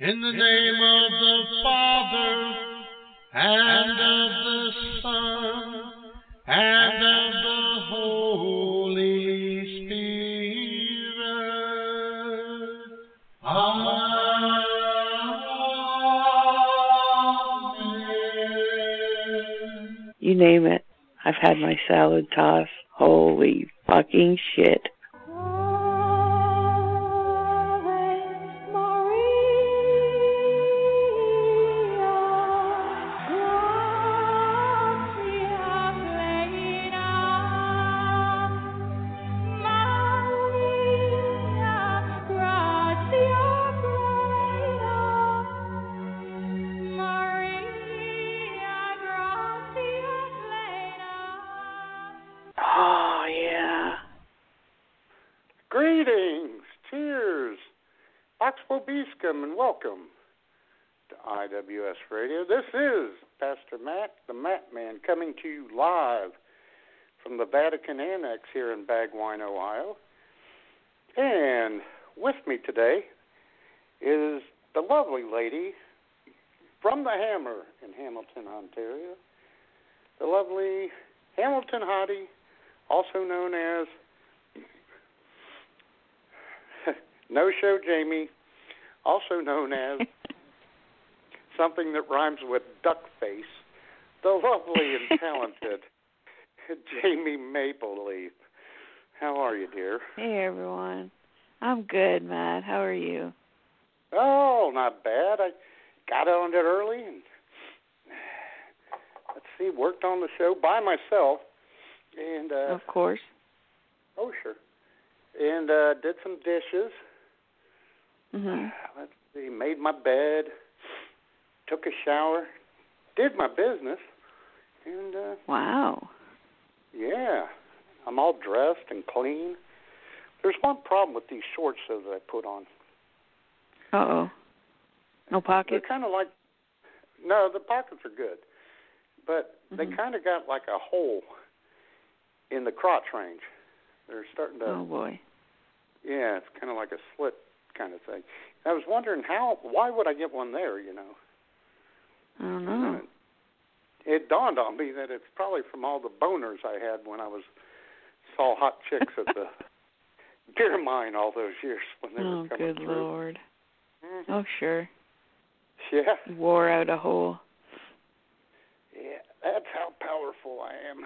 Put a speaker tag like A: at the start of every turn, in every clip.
A: In the name of the Father, and of the Son, and of the Holy Spirit. Amen.
B: You name it. I've had my salad toss. Holy fucking shit. Oh, yeah.
C: Greetings, cheers, Ox Bobiscum, and welcome to IWS Radio. This is Pastor Matt, the Matt Man, coming to you live from the Vatican Annex here in Bagwine, Ohio. And with me today is the lovely lady from the Hammer in Hamilton, Ontario, the lovely Hamilton Hottie, also known as No Show Jamie, also known as something that rhymes with duck face, the lovely and talented Jamie Maple Leaf. How are you, dear?
B: Hey, everyone. I'm good, Matt. How are you?
C: Oh, not bad. I got on it early and let's see, worked on the show by myself and uh
B: Of course.
C: oh sure. And uh did some dishes.
B: hmm
C: Let's see, made my bed, took a shower, did my business and uh
B: Wow.
C: Yeah, I'm all dressed and clean. There's one problem with these shorts though that I put on.
B: Uh oh. No
C: They're
B: pockets.
C: kind of like, no, the pockets are good, but
B: Mm-hmm.
C: they kind of got like a hole in the crotch range. They're starting to,
B: Oh boy.
C: yeah, it's kind of like a slit kind of thing. I was wondering how, why would I get one there? You know,
B: I don't know.
C: And it dawned on me that it's probably from all the boners I had when I was saw hot chicks at the beer mine all those years when they
B: Oh
C: were coming
B: good
C: through.
B: lord.
C: Mhm.
B: Oh sure.
C: Yeah,
B: You wore out a hole.
C: yeah, that's how powerful I am.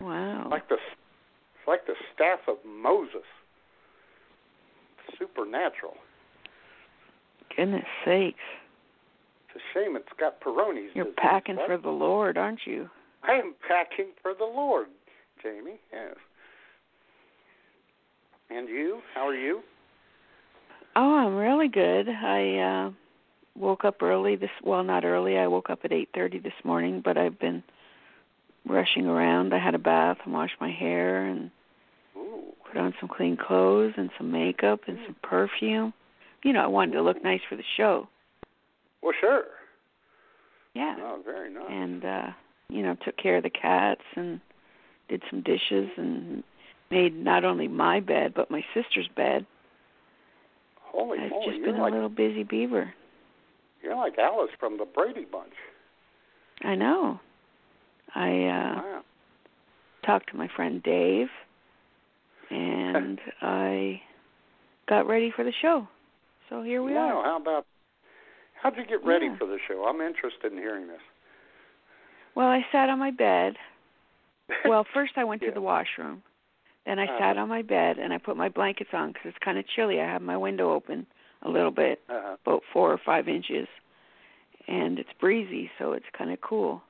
B: Wow.
C: Like the, it's like the staff of Moses. Supernatural.
B: Goodness sakes.
C: It's a shame it's got Peroni's.
B: You're
C: disease,
B: packing
C: right?
B: for the Lord, aren't you?
C: I am packing for the Lord, Jamie. Yes. And you? How are you?
B: Oh, I'm really good. I uh woke up early this well, not early. I woke up at 8:30 this morning, but I've been rushing around. I had a bath and washed my hair and
C: Ooh.
B: put on some clean clothes and some makeup and some perfume. You know, I wanted to look nice for the show.
C: Well, sure.
B: Yeah.
C: Oh, very nice.
B: and uh you know took care of the cats and did some dishes and made not only my bed but my sister's bed
C: Holy
B: i've
C: moly!
B: just
C: You're
B: been
C: like
B: a little busy beaver
C: you're like Alice from the Brady Bunch.
B: i know i uh
C: Wow.
B: talked to my friend dave and i got ready for the show so here we
C: wow.
B: are
C: How about? How'd you get ready
B: Yeah.
C: for the show? I'm interested in hearing this.
B: well i sat on my bed well first i went
C: Yeah.
B: to the washroom then i
C: Uh-huh.
B: sat on my bed and i put my blankets on because it's kind of chilly i have my window open a little bit
C: uh-huh.
B: about four or five inches, and it's breezy, so it's kind of cool,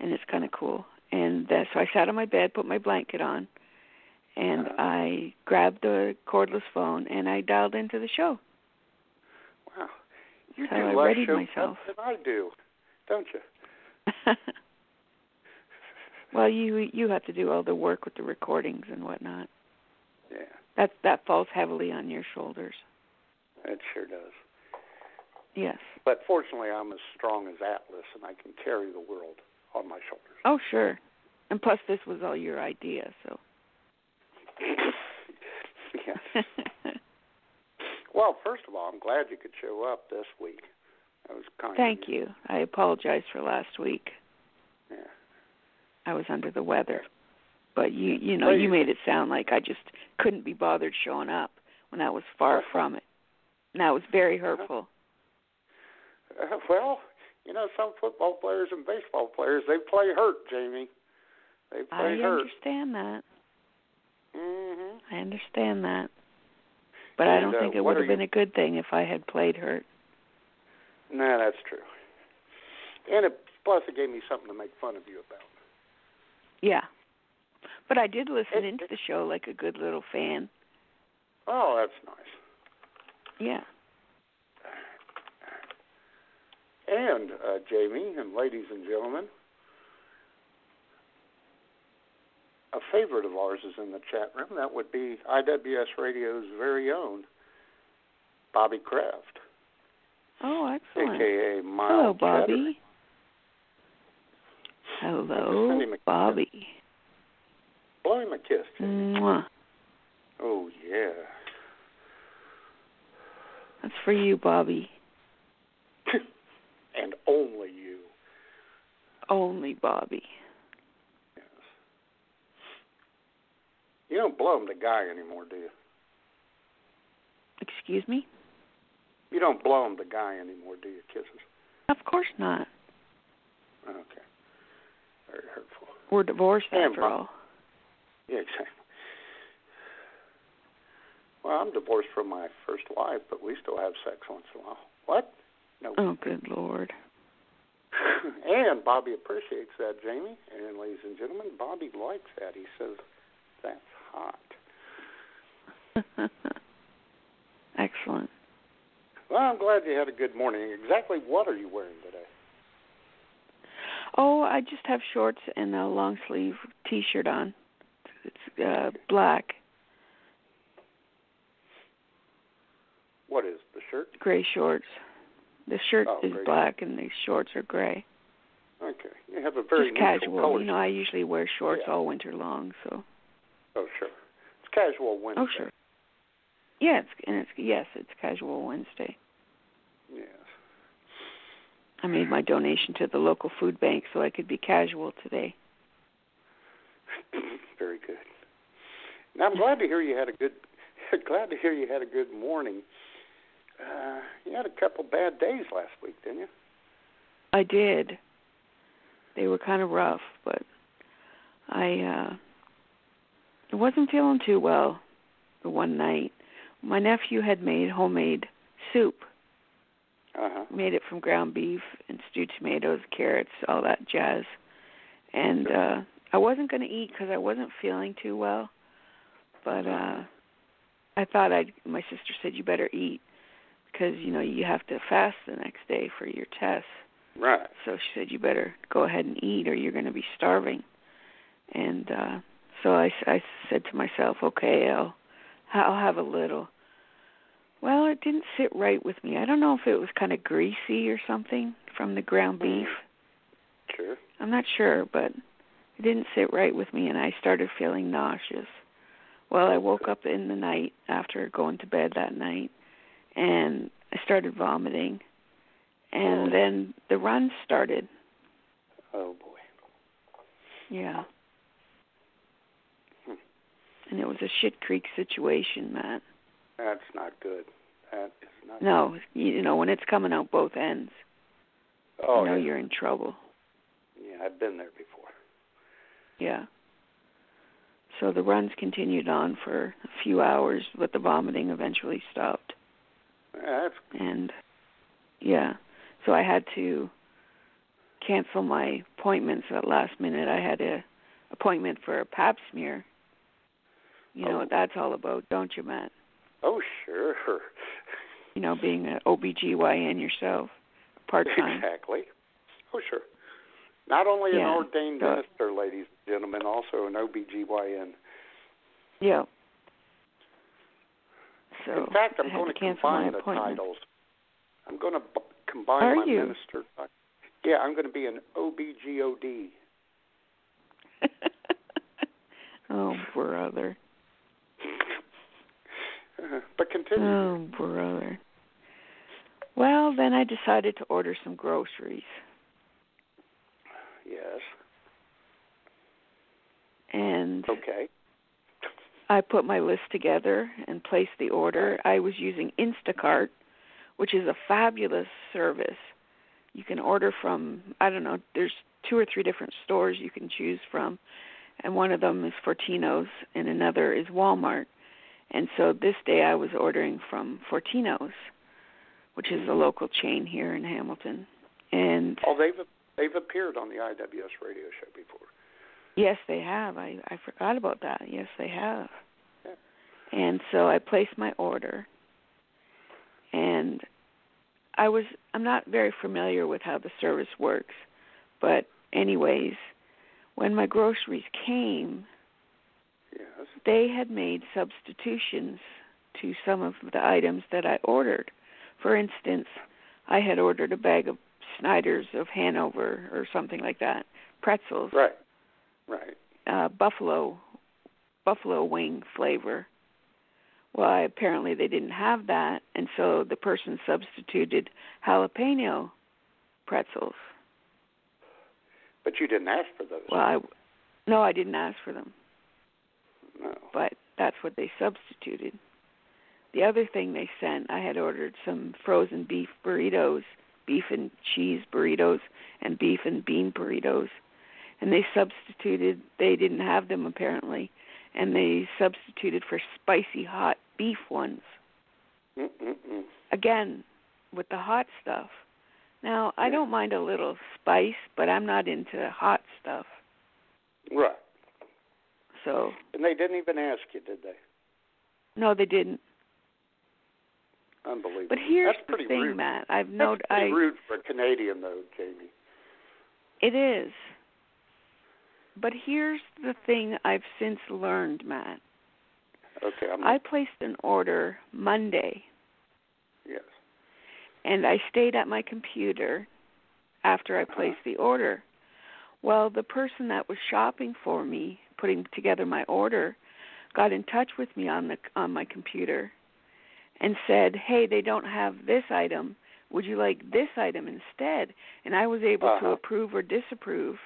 B: and it's kind of cool. And uh, so I sat on my bed, put my blanket on, and
C: Uh-huh.
B: I grabbed the cordless phone and I dialed into the show.
C: Wow. You
B: So
C: do
B: I
C: less
B: readied
C: show
B: myself.
C: than I do, don't you?
B: well, you you have to do all the work with the recordings and whatnot.
C: Yeah,
B: That that falls heavily on your shoulders.
C: it sure does.
B: Yes.
C: But fortunately, I'm as strong as Atlas, and I can carry the world on my shoulders.
B: Oh, sure. And plus, this was all your idea, so.
C: yes. Well, first of all, I'm glad you could show up this week. That was kind.
B: Thank
C: of
B: you. I apologize for last week.
C: Yeah.
B: I was under the weather, but you you know
C: Well,
B: you
C: you-
B: made it sound like I just couldn't be bothered showing up when I was far from it. And that was very hurtful.
C: Uh, well, you know, some football players and baseball players they play hurt, Jamie. They
B: I
C: play hurt.
B: understand that.
C: Mm-hmm.
B: I understand that. But I
C: And,
B: don't
C: uh,
B: think it
C: what
B: would
C: are
B: have been
C: you-
B: a good thing if I had played hurt.
C: No, that's true. And it, plus, it gave me something to make fun of you about.
B: Yeah. But I did listen
C: It-
B: into the show like a good little fan.
C: Oh, that's nice.
B: Yeah.
C: And uh, Jamie and ladies and gentlemen, a favorite of ours is in the chat room. That would be IWS Radio's very own Bobby Kraft,
B: Oh, excellent.
C: aka Miles
B: Hello,
C: Chatter.
B: Bobby.
C: Send
B: Hello,
C: him a kiss.
B: Bobby.
C: Blow him a kiss. Jamie.
B: Mwah.
C: Oh yeah.
B: That's for you, Bobby.
C: and only you.
B: Only Bobby.
C: Yes. You don't blow him to guy anymore, do you?
B: Excuse me?
C: You don't blow him to guy anymore, do you? Kisses.
B: Of course not.
C: Okay. Very hurtful.
B: We're divorced
C: Yeah,
B: after
C: Bob.
B: all.
C: Yeah, exactly. Well, I'm divorced from my first wife, but we still have sex once in a while. What? No.
B: Oh, good lord.
C: and Bobby appreciates that, Jamie. And ladies and gentlemen, Bobby likes that. He says, that's hot.
B: Excellent.
C: Well, I'm glad you had a good morning. Exactly what are you wearing today?
B: Oh, I just have shorts and a long sleeve t shirt on. It's uh black,
C: What is the shirt?
B: gray shorts. The shirt
C: Oh,
B: is
C: gray.
B: black and the shorts are gray.
C: Okay. You have a very
B: just
C: neutral
B: casual.
C: color.
B: You know, I usually wear shorts
C: Yeah.
B: all winter long, so
C: oh, sure. It's casual Wednesday.
B: Oh sure. Yeah, it's and it's yes, it's casual Wednesday.
C: Yes.
B: I made my donation to the local food bank so I could be casual today.
C: Very good. Now I'm glad to hear you had a good. Glad to hear you had a good morning. Uh, you had a couple bad days last week, didn't you?
B: I did. They were kind of rough, but I uh wasn't feeling too well the one night. My nephew had made homemade soup.
C: Uh huh.
B: Made it from ground beef and stewed tomatoes, carrots, all that jazz. And uh I wasn't going to eat cuz I wasn't feeling too well. But uh I thought I'd my sister said you better eat cuz you know you have to fast the next day for your test.
C: Right.
B: So she said, "You better go ahead and eat, or you're going to be starving." And uh so I, s- I said to myself, "Okay, I'll I'll have a little." Well, it didn't sit right with me. I don't know if it was kind of greasy or something from the ground beef.
C: Sure.
B: I'm not sure, but it didn't sit right with me, and I started feeling nauseous. Well, I woke up in the night after going to bed that night, and I started vomiting,
C: Oh.
B: and then the run started.
C: Oh boy.
B: Yeah.
C: Hmm.
B: And it was a shit creek situation, Matt.
C: That's not good. That is not.
B: No, you you know when it's coming out both ends,
C: Good. Oh
B: you know
C: yeah.
B: you're in trouble.
C: Yeah, I've been there before.
B: Yeah. So the runs continued on for a few hours, but the vomiting eventually stopped.
C: Yeah, That's
B: And yeah, so I had to cancel my appointments at last minute. I had a appointment for a pap smear You know what that's all about, don't you, Matt?
C: Oh, sure.
B: You know, being an OBGYN yourself, part time.
C: Exactly. Oh, sure. Not only an
B: Yeah,
C: ordained
B: so-
C: minister, ladies and gentlemen, also an OBGYN.
B: Yeah. So
C: In fact, I'm
B: I had
C: going to
B: cancel my
C: combine the
B: appointment.
C: titles. I'm going to b- combine
B: Are
C: my
B: you?
C: minister. title. Yeah, I'm going to be an OBGOD.
B: oh brother.
C: but continue.
B: Oh brother. Well, then I decided to order some groceries.
C: Yes.
B: And
C: Okay.
B: I put my list together and placed the order. I was using Instacart, which is a fabulous service. You can order from, I don't know, there's two or three different stores you can choose from, and one of them is Fortino's and another is Walmart. And so this day I was ordering from Fortino's, which is the local chain here in Hamilton. And
C: Oh, they've they've appeared on the IWS radio show before.
B: Yes, they have. I I forgot about that. Yes, they have.
C: Yeah.
B: And so I placed my order. And I was I'm not very familiar with how the service works, but anyways, when my groceries came,
C: Yes.
B: they had made substitutions to some of the items that I ordered. For instance, I had ordered a bag of Snyder's of Hanover or something like that, pretzels
C: Right. Right.
B: uh buffalo buffalo wing flavor. Well, I, apparently they didn't have that, and so the person substituted jalapeno pretzels.
C: But you didn't ask for those.
B: Well, I, no, I didn't ask for them,
C: no.
B: but that's what they substituted. The other thing they sent, I had ordered some frozen beef burritos, beef and cheese burritos, and beef and bean burritos. And they substituted, they didn't have them apparently, and they substituted for spicy hot beef ones.
C: Mm-mm-mm.
B: Again, with the hot stuff. Now, I don't mind a little spice, but I'm not into hot stuff.
C: Right.
B: So,
C: And they didn't even ask you, did they?
B: no, they didn't.
C: Unbelievable.
B: But here's
C: That's
B: the
C: pretty
B: thing,
C: rude.
B: Matt. I've
C: That's
B: no,
C: pretty
B: I
C: rude for a Canadian, though, Jamie.
B: It is. But here's the thing I've since learned, Matt.
C: Okay, I'm.
B: I placed an order Monday
C: yes.
B: and I stayed at my computer after I
C: Uh-huh.
B: placed the order. Well, the person that was shopping for me, putting together my order, got in touch with me on the on my computer and said, "Hey, they don't have this item. Would you like this item instead?" And I was able to
C: Uh-huh.
B: approve or disapprove.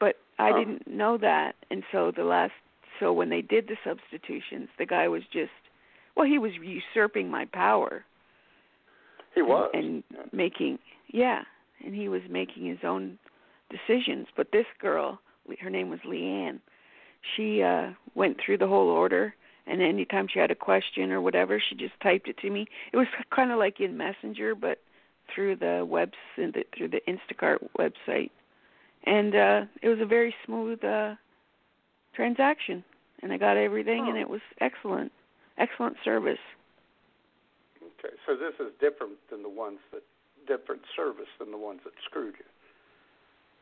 B: But I
C: Huh.
B: didn't know that, and so the last so when they did the substitutions, the guy was just well, he was usurping my power
C: He was.
B: and making yeah and he was making his own decisions but this girl her name was leanne she uh went through the whole order and anytime she had a question or whatever she just typed it to me it was kind of like in messenger but through the web through the instacart website and uh it was a very smooth uh transaction and i got everything and it was excellent excellent service
C: okay, so this is different than the ones that different service than the ones that screwed you.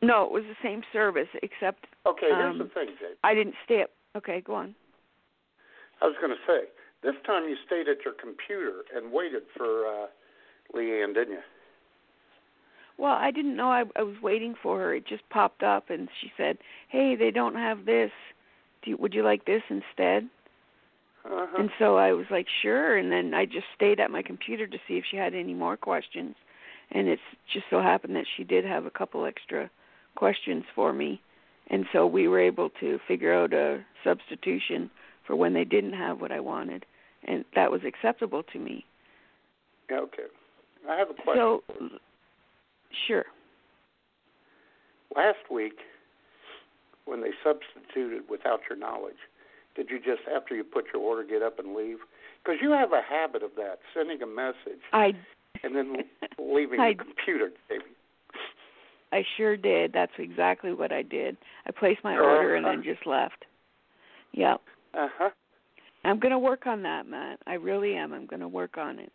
B: no it was the same service except
C: Okay, here's
B: Um,
C: the thing, Jamie.
B: I didn't stay up. Okay, go on.
C: I was going to say this time you stayed at your computer and waited for uh, Leanne, didn't you?
B: Well, I didn't know I, I was waiting for her. It just popped up, and she said, "Hey, they don't have this. Do you, would you like this instead?"
C: Uh-huh.
B: And so I was like, "Sure." And then I just stayed at my computer to see if she had any more questions, and it's just so happened that she did have a couple extra questions for me, and so we were able to figure out a substitution for when they didn't have what I wanted, and that was acceptable to me.
C: Yeah, okay. I have a question.
B: So, sure.
C: Last week, when they substituted without your knowledge, did you just after you put your order get up and leave? Because you have a habit of that, sending a message
B: I
C: and then leaving
B: I-
C: the computer. Jamie.
B: I sure did. That's exactly what I did. I placed my
C: Uh-huh.
B: order and then just left. Yep.
C: Uh huh.
B: I'm going to work on that, Matt. I really am. I'm going to work on it.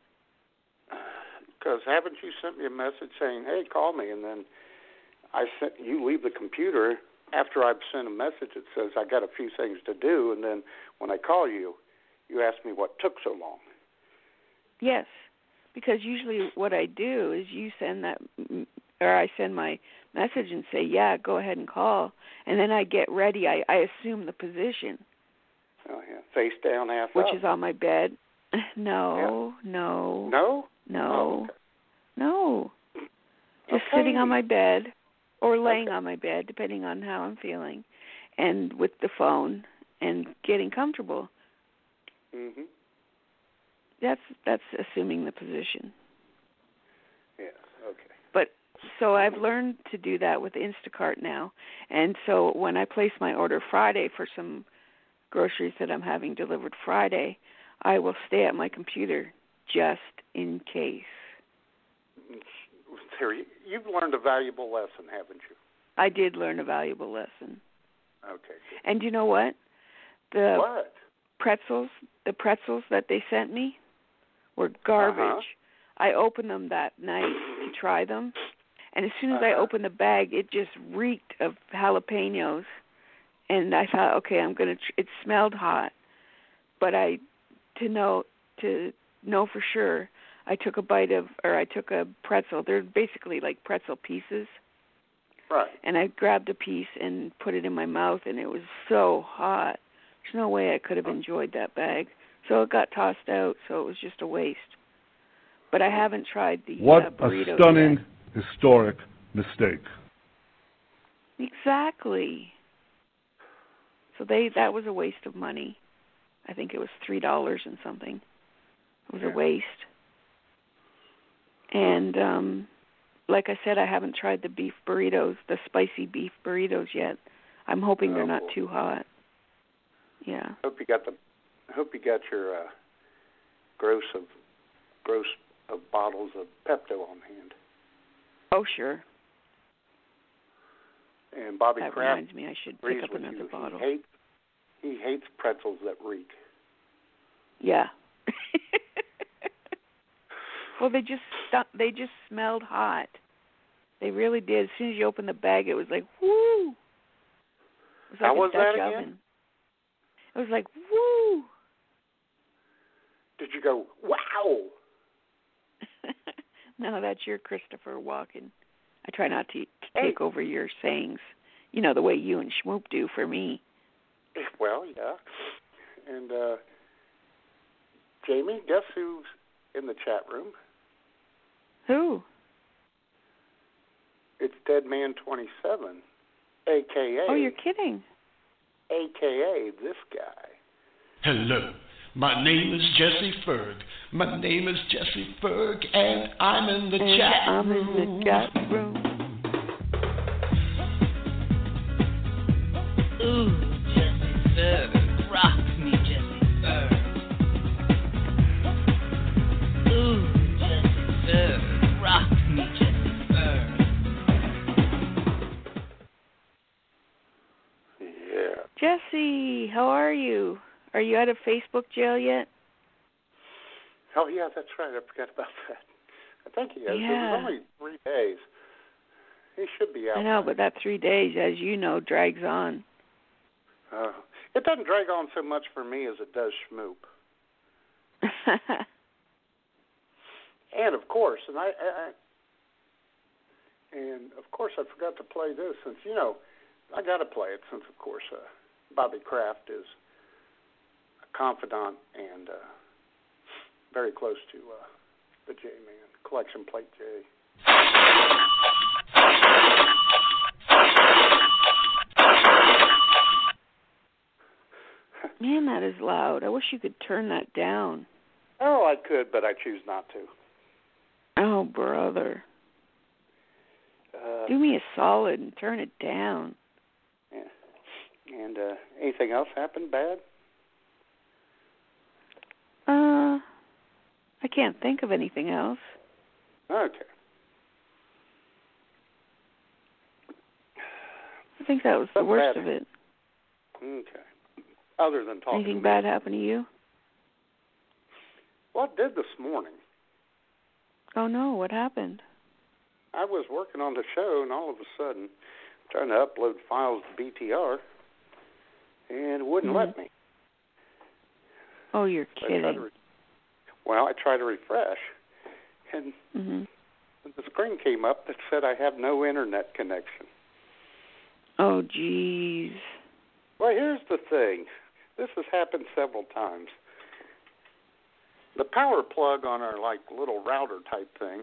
C: Because haven't you sent me a message saying, "Hey, call me," and then I sent you leave the computer after I've sent a message that says I got a few things to do, and then when I call you, you ask me what took so long.
B: Yes, because usually what I do is you send that, or I send my message and say, "Yeah, go ahead and call," and then I get ready. I, I assume the position,
C: Oh yeah, face down, half
B: which
C: up.
B: is on my bed. No, no,
C: Oh. no. Oh,
B: no, no. Just
C: Okay.
B: sitting on my bed or laying
C: Okay.
B: on my bed, depending on how I'm feeling, and with the phone and getting comfortable.
C: Mhm.
B: That's that's assuming the position.
C: Yes. Okay.
B: But so I've learned to do that with Instacart now. And so when I place my order Friday for some groceries that I'm having delivered Friday, I will stay at my computer just in case.
C: Terry, you've learned a valuable lesson, haven't you?
B: I did learn a valuable lesson.
C: Okay. good.
B: And you know what? The
C: what?
B: pretzels, the pretzels that they sent me were garbage.
C: Uh-huh.
B: I opened them that night to try them, and as soon as I
C: Uh-huh.
B: opened the bag, it just reeked of jalapenos. And I thought, okay, I'm gonna. Tr- it smelled hot, but I, to know to know for sure, I took a bite of, or I took a pretzel. They're basically like pretzel pieces,
C: Right.
B: and I grabbed a piece and put it in my mouth, and it was so hot. There's no way I could have enjoyed that bag. So it got tossed out. So it was just a waste. But I haven't tried the uh,
D: What a
B: burrito
D: stunning historic mistake.
B: yet. Exactly. So they that was a waste of money. I think it was three dollars and something. It was
C: Yeah.
B: a waste. And um like I said, I haven't tried the beef burritos, the spicy beef burritos yet. I'm hoping they're
C: Oh.
B: not too hot. Yeah.
C: Hope you got the. Hope you got your uh, gross of gross of bottles of Pepto on hand.
B: Oh sure.
C: And Bobby
B: That
C: Kraft
B: reminds me I should
C: agrees
B: pick up
C: with you.
B: another
C: He
B: bottle.
C: hates he hates pretzels that reek.
B: Yeah. well, they just stu- they just smelled hot. They really did. As soon as you opened the bag, it was like woo. It was like
C: How
B: a
C: was that
B: Dutch
C: again?
B: oven. It was like woo.
C: Did you go wow?
B: no, that's your Christopher Walken. I try not to
C: Hey.
B: take over your sayings. You know the way you and Schmoop do for me.
C: Well, yeah. And uh, Jamie, guess who's in the chat room?
B: Who?
C: It's Dead Man Twenty Seven, aka
B: Oh, you're kidding.
C: aka this guy.
E: Hello, my name is Jesse Ferg. My name is Jesse Ferg, and I'm in the
B: And
E: chat
B: I'm
E: room.
B: in the chat room.
F: Ooh, Jesse Ferg. Rock me, Jesse Ferg. Ooh, Jesse Ferg. Rock me, Jesse Ferg.
C: Yeah.
B: Jesse, how are you? Are you out of Facebook jail yet?
C: Oh yeah, that's right. I forgot about that. I think he is.
B: Yeah.
C: It was only three days. He should be out.
B: I know,
C: by
B: but that three days, as you know, drags on.
C: Uh, it doesn't drag on so much for me as it does Schmoop. And of course, and I, I, I and of course I forgot to play this since you know I got to play it since of course uh, Bobby Kraft is a confidant and uh, very close to uh, the J Man collection plate J.
B: Man, that is loud. I wish you could turn that down.
C: Oh, I could, but I choose not to.
B: Oh, brother.
C: Uh,
B: Do me a solid and turn it down.
C: And uh, anything else happened bad?
B: Uh, I can't think of anything else.
C: Okay.
B: I think that was the
C: That's
B: worst
C: bad.
B: of it.
C: Okay. other than talking.
B: Anything
C: to
B: bad
C: me.
B: happen to you?
C: Well, I did this morning.
B: Oh no, what happened?
C: I was working on the show, and all of a sudden, trying to upload files to BTR, and it wouldn't let me.
B: Oh, you're
C: So I tried to
B: Mm-hmm. kidding.
C: re- well, I tried to refresh, and
B: hmm
C: the screen came up that said I have no internet connection.
B: Oh, jeez.
C: Well, here's the thing. This has happened several times. The power plug on our like little router type thing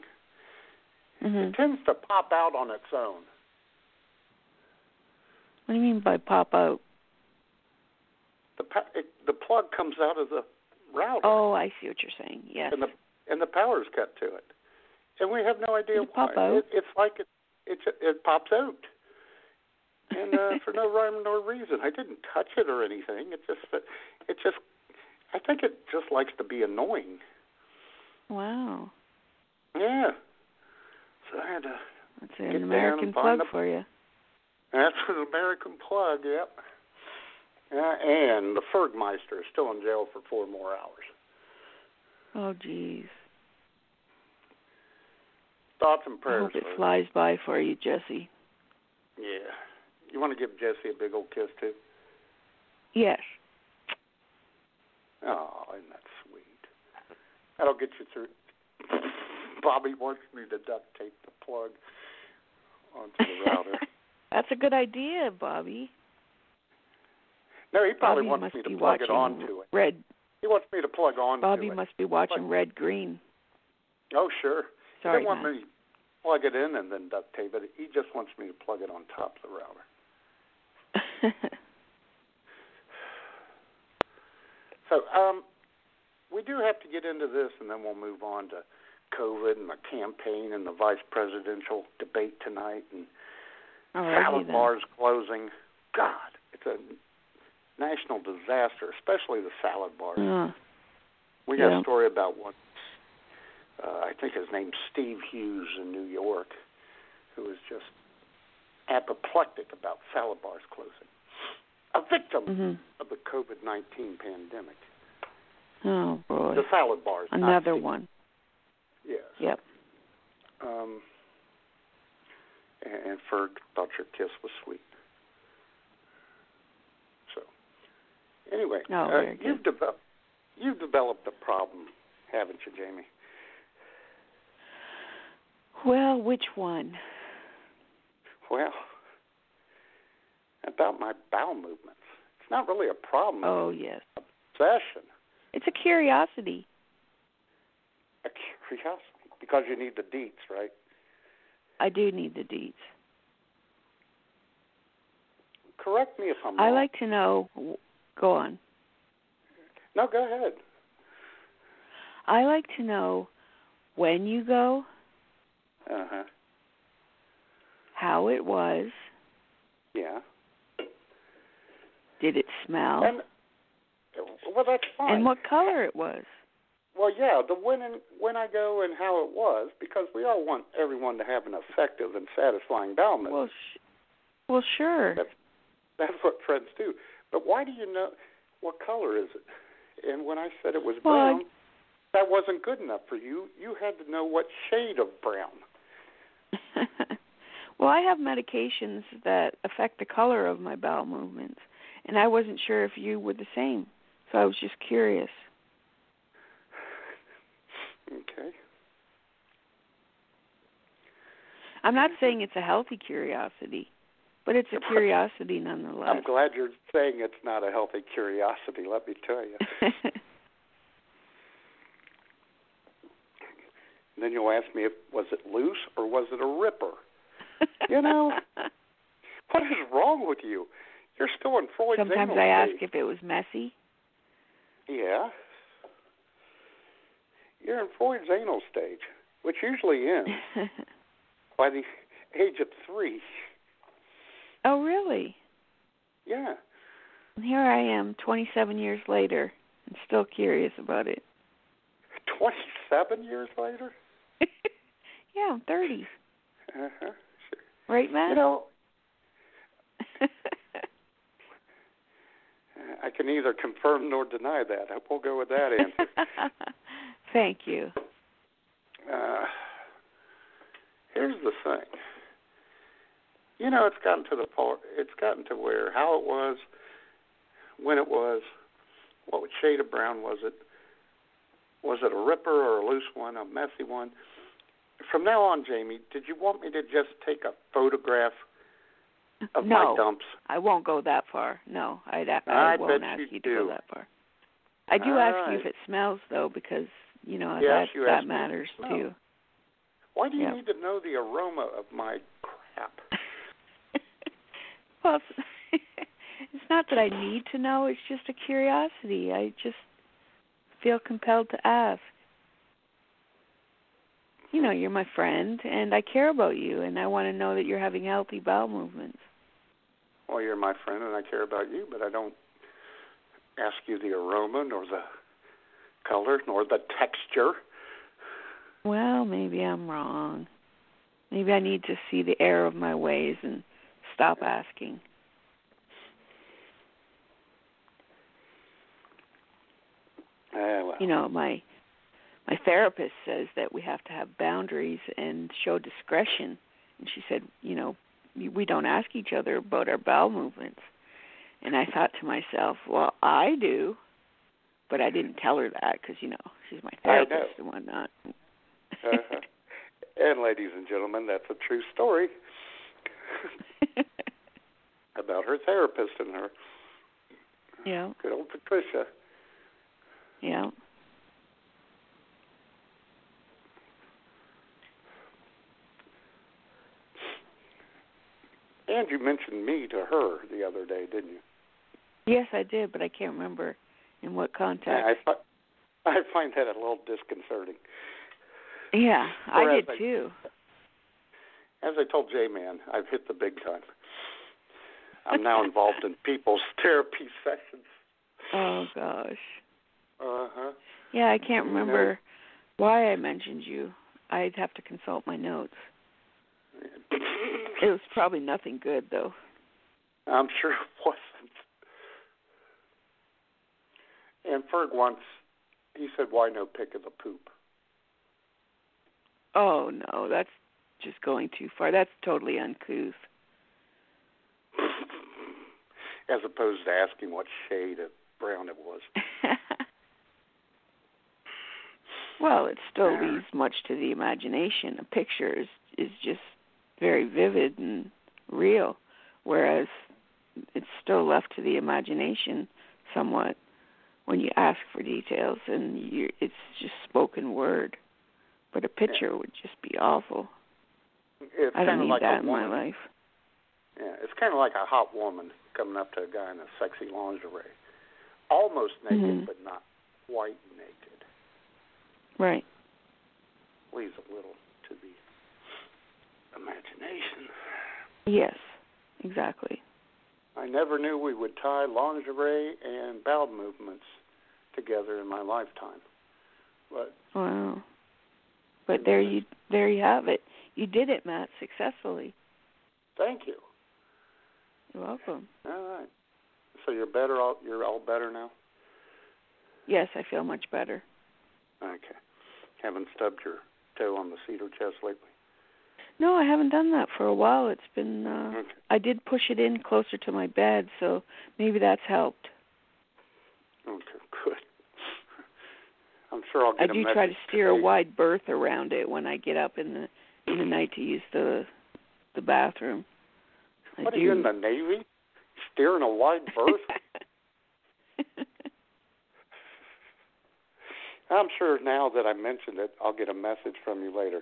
B: hmm
C: tends to pop out on its own.
B: What do you mean by pop out?
C: The pa- it, the plug comes out of the router,
B: Oh, I see what you're saying. Yes.
C: and the and the power's cut to it, and we have no idea
B: Did it
C: why.
B: pop out?
C: It, it's like it it it pops out, and uh, for no rhyme nor reason. I didn't touch it or anything. It just it just I think it just likes to be annoying.
B: wow.
C: Yeah. So I had to.
B: That's
C: Get
B: an
C: down
B: American
C: and find
B: plug
C: the-
B: for you.
C: That's an American plug. Yep. Uh, and the Fergmeister is still in jail for four more hours.
B: Oh, jeez.
C: Thoughts and
B: I
C: prayers.
B: hope it
C: Lou.
B: flies by for you, Jesse.
C: Yeah. You want to give Jesse a big old kiss too?
B: Yes.
C: Oh, isn't that sweet? That'll get you through. Bobby wants me to duct tape the plug onto the router.
B: That's a good idea, Bobby.
C: No, he probably
B: Bobby
C: wants
B: must
C: me
B: be
C: to plug
B: watching
C: it onto it.
B: Red.
C: He wants me to plug onto
B: Bobby
C: it.
B: must be watching Red Green.
C: Oh, sure.
B: Sorry,
C: he didn't want
B: Matt.
C: me to plug it in and then duct tape it. He just wants me to plug it on top of the router. So um, we do have to get into this, and then we'll move on to COVID and the campaign and the vice presidential debate tonight and
B: All
C: salad
B: right.
C: bars closing. God, it's a national disaster, especially the salad bars.
B: Uh,
C: We got
B: Yeah.
C: a story about one. Uh, I think his name's Steve Hughes in New York, who was just apoplectic about salad bars closing. A victim
B: mhm.
C: of the COVID 19 pandemic.
B: Oh boy.
C: The salad bars. not
B: Another
C: Steve.
B: one.
C: Yes.
B: Yep.
C: Um, and Ferg thought your kiss was sweet. So, anyway,
B: Oh,
C: uh,
B: very
C: you've developed you've developed a problem, haven't you, Jamie?
B: Well, which one?
C: Well, about my bowel movements. It's not really a problem.
B: Oh yes.
C: It's an obsession,
B: It's a curiosity.
C: a curiosity, because you need the deets, right?
B: I do need the deets.
C: Correct me if I'm
B: I
C: wrong.
B: like to know. Go on.
C: No, go ahead.
B: I like to know when you go,
C: Uh huh.
B: how it was,
C: Yeah.
B: did it smell,
C: And well, that's fine.
B: Oh. and what color it was.
C: Well, yeah, the when and when I go and how it was, because we all want everyone to have an effective and satisfying bowel movement.
B: Well, sh- well, sure.
C: That's what friends do. But why do you know what color is it? And when I said it was
B: Well, I-
C: brown, that wasn't good enough for you. You had to know what shade of brown.
B: well, I have medications that affect the color of my bowel movements, and I wasn't sure if you were the same, so I was just curious.
C: Okay.
B: I'm not saying it's a healthy curiosity, but it's a curiosity nonetheless.
C: I'm glad you're saying it's not a healthy curiosity. Let me tell you. And then you'll ask me if was it loose or was it a ripper. You know, What is wrong with you? You're still in Freud's
B: sometimes
C: anal
B: I ask
C: state.
B: if it was messy.
C: Yeah. You're in Freud's anal stage, which usually ends by the age of three.
B: oh, really?
C: Yeah.
B: And here I am, 27 years later, and still curious about it.
C: 27 years later?
B: yeah, I'm 30,
C: Uh huh.
B: right, Matt?
C: You know, uh, I can neither confirm nor deny that. We'll go with that answer.
B: Thank you.
C: uh, here's the thing. You know, it's gotten to the part. It's gotten to where how it was, when it was, what shade of brown was it? Was it a ripper or a loose one, a messy one? From now on, Jamie, did you want me to just take a photograph of
B: no,
C: my dumps?
B: I won't go that far. No, I'd, I,
C: I
B: won't
C: bet
B: ask
C: you
B: you to
C: do.
B: go that far. I do
C: All
B: ask you if
C: right.
B: it smells though, because you know that
C: Yes, you
B: that
C: asked me if it
B: matters
C: smelled.
B: too.
C: Why do you
B: Yeah.
C: need to know the aroma of my crap?
B: well, it's, it's not that I need to know. It's just a curiosity. I just feel compelled to ask. You know, you're my friend, and I care about you, and I want to know that you're having healthy bowel movements.
C: Well, "Oh, you're my friend, and I care about you, but I don't ask you the aroma, nor the color, nor the texture.
B: Well, maybe I'm wrong. Maybe I need to see the error of my ways and stop asking.
C: Eh, well,
B: you know my my therapist says that we have to have boundaries and show discretion and she said you know we- we don't ask each other about our bowel movements and i thought to myself well i do but i didn't tell her that because you know she's my
C: I know.
B: therapist and whatnot
C: Uh-huh. and ladies and gentlemen, that's a true story about her therapist and her
B: yeah
C: good old Patricia.
B: yeah
C: And you mentioned me to her the other day, didn't you?
B: yes i did but i can't remember in what context
C: I, fi- I find that a little disconcerting.
B: yeah i
C: Whereas
B: did
C: I-
B: too
C: As I told J Man, I've hit the big time. I'm now involved in people's therapy sessions.
B: oh gosh
C: Uh huh.
B: yeah i can't
C: You know-
B: remember why i mentioned you i'd have to consult my notes It was probably nothing good, though.
C: I'm sure it wasn't. And Ferg once, he said, "Why no pick of the poop?"
B: Oh no, that's just going too far. That's totally uncouth.
C: As opposed to asking what shade of brown it was.
B: well, it still leaves much to the imagination. A picture is is just very vivid and real, whereas it's still left to the imagination somewhat when you ask for details, and you, it's just spoken word. But a picture would just be awful.
C: It's
B: I
C: kind
B: don't
C: of
B: need
C: like
B: that
C: a
B: in my
C: woman.
B: life.
C: Yeah, it's kind of like a hot woman coming up to a guy in a sexy lingerie, almost naked
B: Mhm.
C: but not quite naked.
B: Right.
C: Leaves a little to the imagination.
B: Yes, exactly.
C: I never knew we would tie lingerie and bowel movements together in my lifetime. But
B: Wow. But there you there you have it. You did it, Matt, successfully.
C: thank you.
B: You're welcome.
C: All right. So you're better. All, you're all better now.
B: Yes, I feel much better.
C: Okay. Haven't stubbed your toe on the cedar chest lately.
B: No, I haven't done that for a while. It's been uh
C: Okay.
B: I did push it in closer to my bed, so maybe that's helped.
C: Okay. Good. I'm sure I'll
B: I
C: get a
B: do
C: message
B: try to steer a
C: today.
B: wide berth around it when I get up in the in the night to use the the bathroom. I
C: What
B: do.
C: are you in the navy? Steering a wide berth? I'm sure now that I mentioned it, I'll get a message from you later.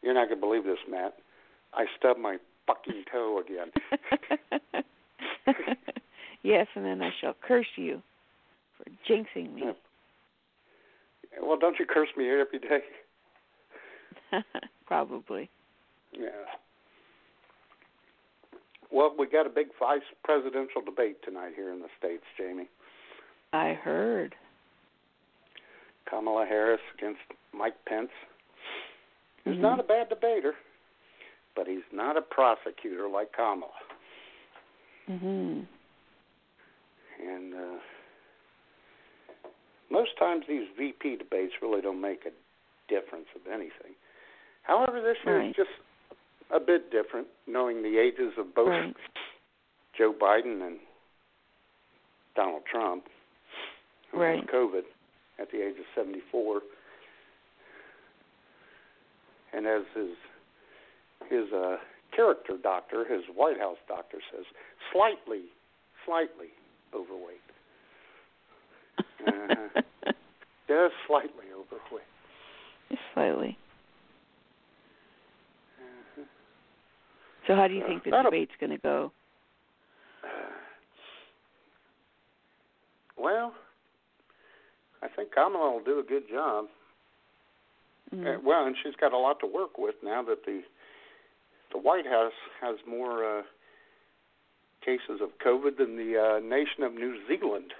C: You're not gonna believe this, Matt. I stubbed my fucking toe again.
B: yes, and then I shall curse you for jinxing me.
C: Well, don't you curse me every day?
B: Probably.
C: Yeah. Well, we got a big vice presidential debate tonight here in the states, Jamie.
B: I heard.
C: Kamala Harris against Mike Pence.
B: Mm-hmm.
C: He's not a bad debater, but he's
B: Mm-hmm.
C: not a prosecutor like Kamala.
B: Mhm.
C: And uh, most times these VP debates really don't make a difference of anything. However, this year is
B: Right.
C: just a bit different, knowing the ages of both
B: Right.
C: Joe Biden and Donald Trump, who
B: Right.
C: had COVID at the age of 74, and as his his uh, character doctor, his White House doctor says, slightly, slightly overweight.
B: Mm-hmm.
C: Uh-huh. Just slightly overweight.
B: Just slightly. So how do you
C: Yeah,
B: think the
C: that'll-
B: debate's going to go?
C: Well, I think Kamala will do a good job. Uh,
B: Mm.
C: well, and she's got a lot to work with now that the the White House has more uh, cases of COVID than the uh, nation of New Zealand.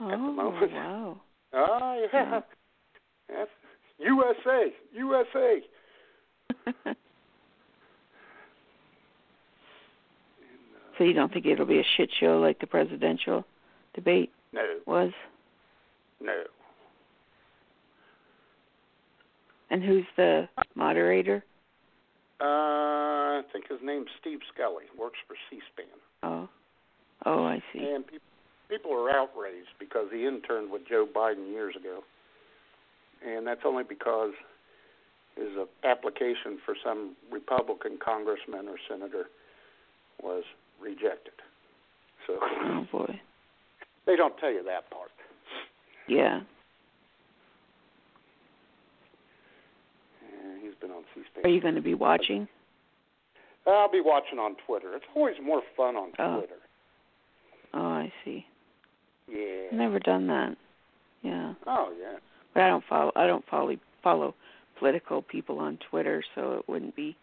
B: Oh,
C: the moment.
B: wow.
C: Oh yeah, That's USA, USA. uh,
B: so you don't think it'll be a shit show like the presidential debate
C: No,
B: was?
C: no.
B: And who's the moderator?
C: Uh, I think his name's Steve Scully. Works for C-SPAN.
B: Oh, oh, I see.
C: And people people are outraged because he interned with Joe Biden years ago, and that's only because his uh, application for some Republican congressman or senator was rejected. So
B: Oh boy.
C: they don't tell you that part.
B: Yeah.
C: And he's been on C-SPAN.
B: Are you going to be watching?
C: I'll be watching on Twitter. It's always more fun on
B: Oh.
C: Twitter.
B: Oh, I see.
C: Yeah.
B: Never done that. Yeah.
C: Oh yeah.
B: But I don't follow I don't follow follow political people on Twitter, so it wouldn't be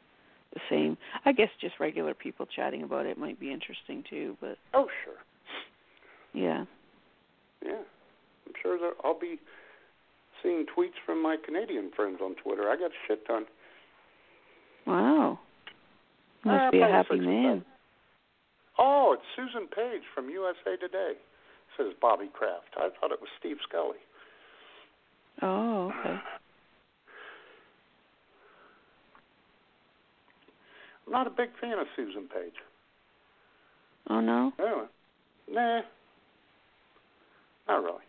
B: the same. I guess just regular people chatting about it might be interesting too, but
C: Oh sure.
B: yeah.
C: Yeah, I'm sure that I'll be seeing tweets from my Canadian friends on Twitter. I got a shit ton.
B: Wow. Must
C: Ah,
B: be a
C: probably
B: happy
C: six
B: man.
C: Oh, it's Susan Page from USA Today, says Bobby Kraft. I thought it was Steve Scully.
B: Oh, okay.
C: I'm not a big fan of Susan Page.
B: Oh no.
C: Anyway, nah, not really.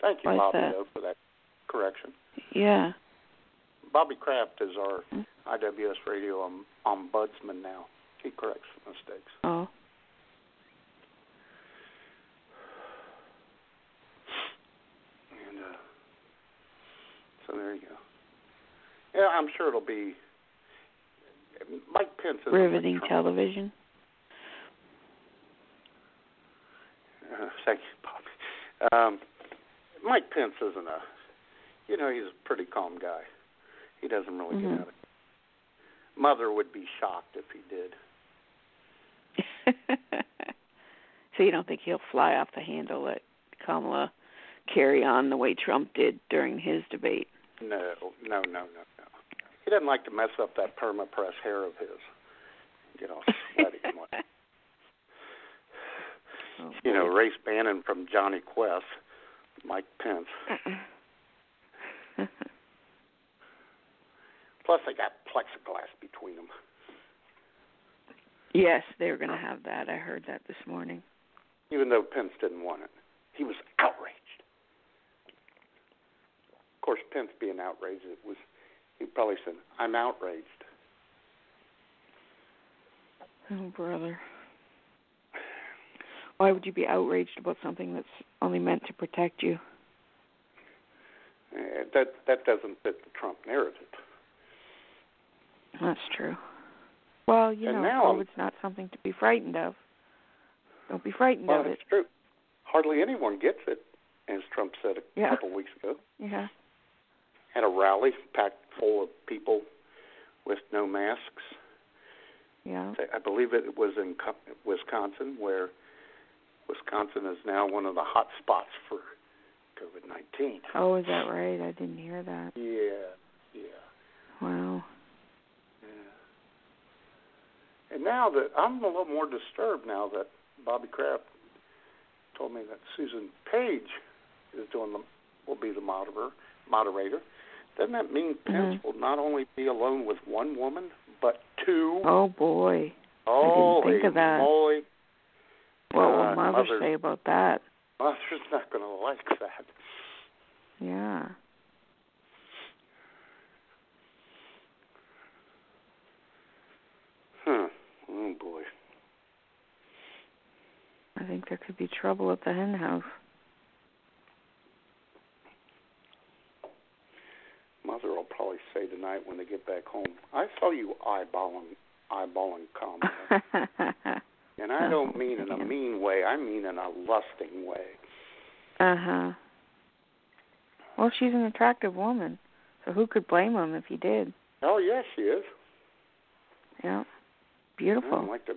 C: Thank you,
B: Why's
C: Bobby,
B: that?
C: though, for that correction.
B: Yeah.
C: Bobby Kraft is our
B: Hmm.
C: IWS radio um, ombudsman now. He corrects mistakes.
B: Oh.
C: And uh, so there you go. Yeah, I'm sure it'll be. Mike Pence is
B: Riveting
C: Trump.
B: television.
C: Uh, thank you, Bobby. Um, Mike Pence isn't a, you know, he's a pretty calm guy. He doesn't really
B: Mhm.
C: get out of. Mother would be shocked if he did.
B: so you don't think he'll fly off the handle let Kamala carry on the way Trump did during his debate?
C: No, no, no, no, no. He doesn't like to mess up that permapress hair of his. Get all sweaty. and what-
B: Oh,
C: you know,
B: boy.
C: Race Bannon from Johnny Quest, Mike Pence. Plus, they got plexiglass between them.
B: yes, they were going to have that. I heard that this morning.
C: even though Pence didn't want it. He was outraged. Of course, Pence being outraged, it was he probably said, "I'm outraged."
B: Oh, brother. Why would you be outraged about something that's only meant to protect you?
C: Eh, That that doesn't fit the Trump narrative.
B: That's true. Well, you know,
C: And now I'm-
B: COVID's not something to be frightened of. Don't be frightened
C: Well,
B: of it.
C: that's true. Hardly anyone gets it, as Trump said a
B: Yeah.
C: couple weeks ago
B: Yeah.
C: at a rally packed full of people with no masks.
B: Yeah.
C: I believe it was in Co- Wisconsin, where Wisconsin is now one of the hot spots for COVID nineteen.
B: Oh, is that right? I didn't hear that.
C: Yeah, yeah.
B: Wow.
C: And now that I'm a little more disturbed now that Bobby Kraft told me that Susan Page is doing the will be the moderator. Moderator. Doesn't that mean
B: Mm-hmm.
C: Pence will not only be alone with one woman but two?
B: Oh boy.
C: Holy
B: Oh, think of that.
C: moly!
B: What will
C: Uh,
B: mother
C: mother-
B: say about that?
C: Mother's not going to like that.
B: Yeah.
C: Hmm. Oh boy.
B: I think there could be trouble at the hen house.
C: Mother will probably say tonight when they get back home, I saw you eyeballing eyeballing comedy.
B: uh
C: and I don't mean in a
B: Yeah.
C: mean way, I mean in a lusting way.
B: huh. Uh-huh. Well, she's an attractive woman, so who could blame him if he did?
C: Oh yes she is.
B: Yeah.
C: I'd
B: Beautiful.
C: like to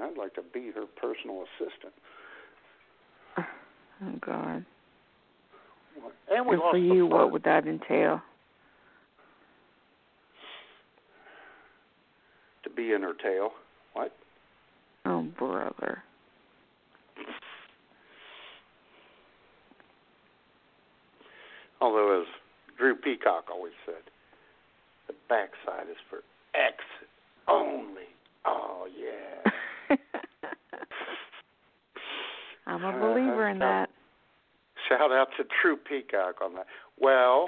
C: I'd like to be her personal assistant.
B: Oh God.
C: And Mm-hmm. we
B: And
C: lost
B: for you,
C: the
B: what
C: first.
B: would that entail?
C: to be in her tail. What?
B: Oh brother.
C: Although as Drew Peacock always said, the backside is for X only. Oh yeah.
B: I'm a believer in that.
C: Shout out to True Peacock on that. Well,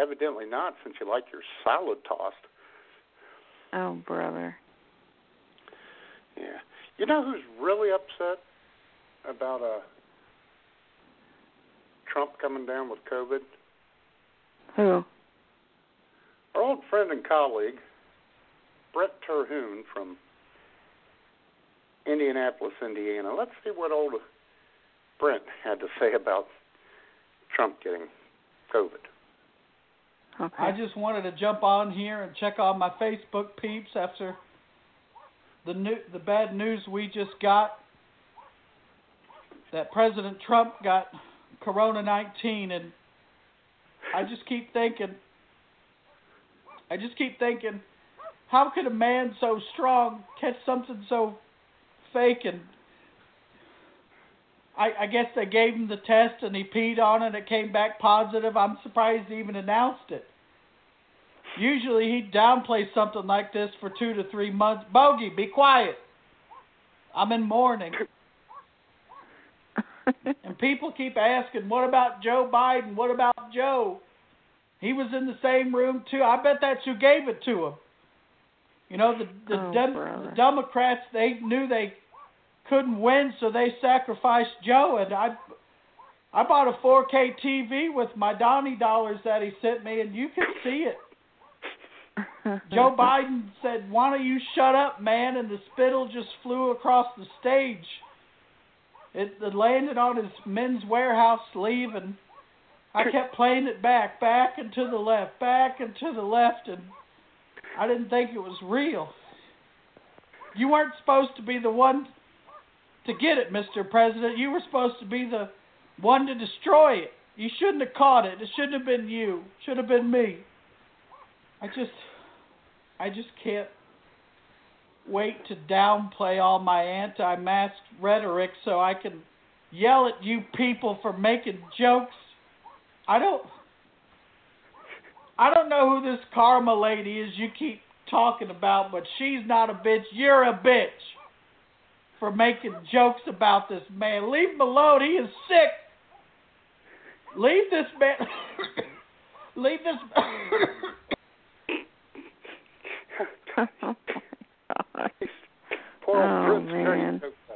C: evidently not, since you like your salad tossed.
B: Oh brother.
C: Yeah. You know who's really upset about uh, Trump coming down with COVID?
B: Who?
C: Our old friend and colleague, Brett Terhune from Indianapolis, Indiana. Let's see what old Brent had to say about Trump getting COVID.
B: Okay.
G: I just wanted to jump on here and check on my Facebook peeps after the new, the bad news we just got that President Trump got Corona 19, and I just keep thinking, I just keep thinking, how could a man so strong catch something so fake? And I, I guess they gave him the test, and he peed on it, and it came back positive. I'm surprised he even announced it. Usually he'd downplay something like this for two to three months. Bogey, be quiet. I'm in mourning. and people keep asking, what about Joe Biden? What about Joe? He was in the same room too. I bet that's who gave it to him. You know, the the,
B: Oh,
G: Dem-
B: brother.
G: the Democrats they knew they couldn't win, so they sacrificed Joe. And I I bought a 4K TV with my Donnie dollars that he sent me, and you can see it.
B: Oh,
G: Joe Biden said, "Why don't you shut up, man?" And the spittle just flew across the stage. It, it landed on his men's warehouse sleeve, and I kept playing it back, back and to the left, back and to the left, and I didn't think it was real. You weren't supposed to be the one to get it, Mr. President. You were supposed to be the one to destroy it. You shouldn't have caught it. It shouldn't have been you. It should have been me. I just. I just can't wait to downplay all my anti mask rhetoric so I can yell at you people for making jokes. I don't I don't know who this karma lady is you keep talking about, but she's not a bitch. You're a bitch for making jokes about this man. Leave him alone. He is sick. Leave this man. Leave this.
B: oh, my God.
C: Poor
B: Oh,
C: old Prince Harry
B: man.
C: choked up.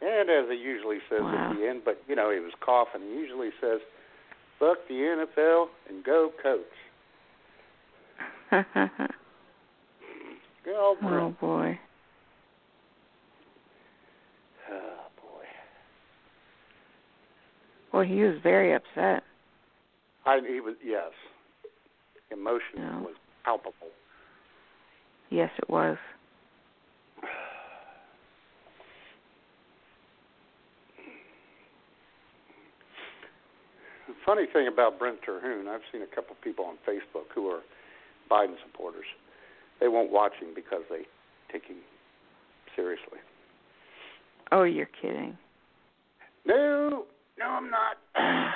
C: And as he usually says
B: Wow.
C: at the end, but you know he was coughing. He usually says, "Fuck the NFL and go Coach." Good old
B: oh
C: Prince.
B: boy.
C: Oh boy.
B: Well, he was very upset.
C: I he was yes. Emotion
B: Yeah.
C: was palpable.
B: Yes, it was.
C: The funny thing about Brent Terhune, I've seen a couple people on Facebook who are Biden supporters. They won't watch him because they take him seriously.
B: Oh, you're kidding.
C: No, no, I'm not.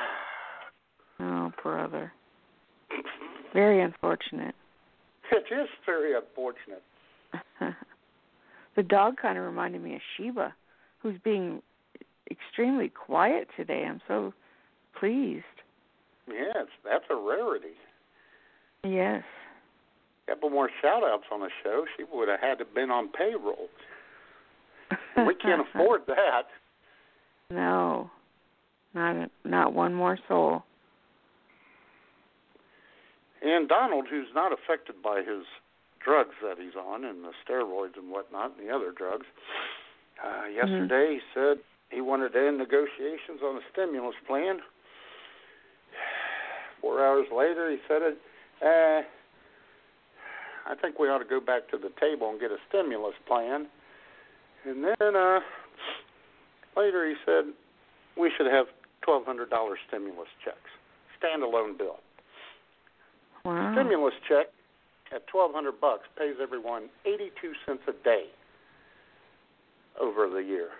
B: Oh, brother. Very unfortunate.
C: it is very unfortunate.
B: the dog kind of reminded me of Sheba, who's being extremely quiet today. I'm so pleased.
C: Yes, that's a rarity.
B: Yes.
C: Couple more shout outs on the show. She would have had to been on payroll. We can't afford that.
B: No, not not one more soul.
C: And Donald, who's not affected by his drugs that he's on and the steroids and whatnot and the other drugs, uh, yesterday he said he wanted to end negotiations on a stimulus plan. Four hours later, he said, it, uh, I think we ought to go back to the table and get a stimulus plan. And then uh, later he said, we should have $1,200 stimulus checks, standalone bill
B: Wow.
C: stimulus check at twelve hundred bucks pays everyone eighty two cents a day over the year.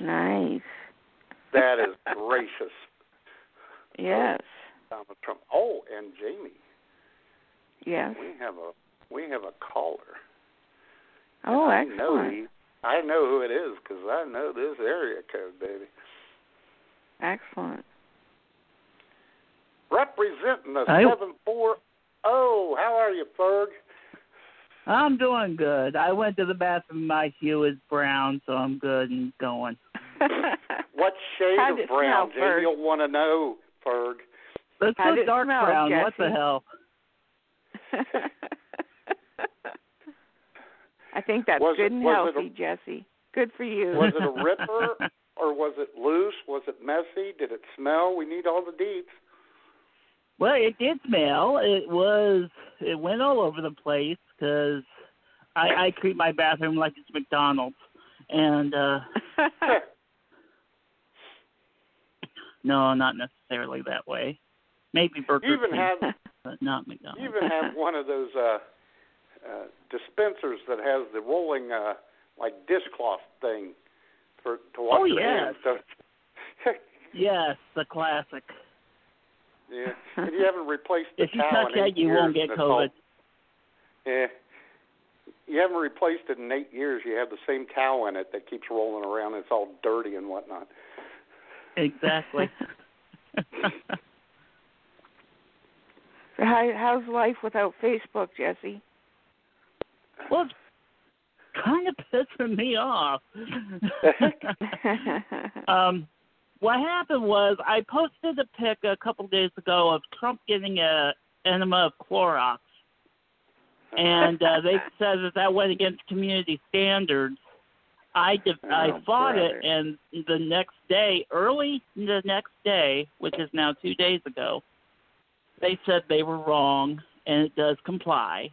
B: Nice.
C: That is gracious,
B: Yes.
C: Donald Trump. Oh, and Jamie,
B: Yes.
C: we have a we have a caller. And
B: Oh,
C: I know
B: excellent.
C: he- I know who it is because I know this area code, baby.
B: Excellent.
C: Representing the
H: I-
C: seven four oh. How are you, Ferg?
H: I'm doing good. I went to the bathroom. My hue is brown, so I'm good and going.
C: What shade
B: How'd
C: of
B: it
C: brown,
B: smell, Ferg?
C: Jamie? You'll want to know, Ferg.
H: Let's
B: How'd
H: go
B: it
H: dark
B: smell,
H: brown. What the
B: Jesse?
H: hell?
B: I think that's
C: Was
B: good
C: it-
B: and
C: was it a-
B: healthy, Jesse. Good for you.
C: Was it a ripper or was it loose? Was it messy? Did it smell? We need all the deets.
H: Well, it did smell. It was. It went all over the place because I, I treat my bathroom like it's McDonald's, and uh no, not necessarily that way. Maybe Burger
C: You even
H: King,
C: have
H: but not
C: you
H: McDonald's.
C: even have one of those uh, uh, dispensers that has the rolling uh, like dishcloth thing for to wash
H: Oh,
C: your
H: yes.
C: hands. Don't
H: Yes, the classic.
C: you? yeah. And you haven't replaced the
H: If you
C: towel
H: touch
C: in
H: that,
C: eight
H: you
C: years,
H: won't get
C: and it's all-
H: COVID.
C: Yeah. You haven't replaced it in eight years. You have the same towel in it that keeps rolling around. It's all dirty and whatnot.
H: Exactly.
B: So How, how's life without Facebook, Jesse?
H: well, it's kind of pissing me off. um, what happened was I posted a pic a couple days ago of Trump getting a enema of Clorox, and uh, they said that that went against community standards. I de- I
B: Oh,
H: fought
B: brother.
H: it, and the next day, early the next day, which is now two days ago, they said they were wrong and it does comply,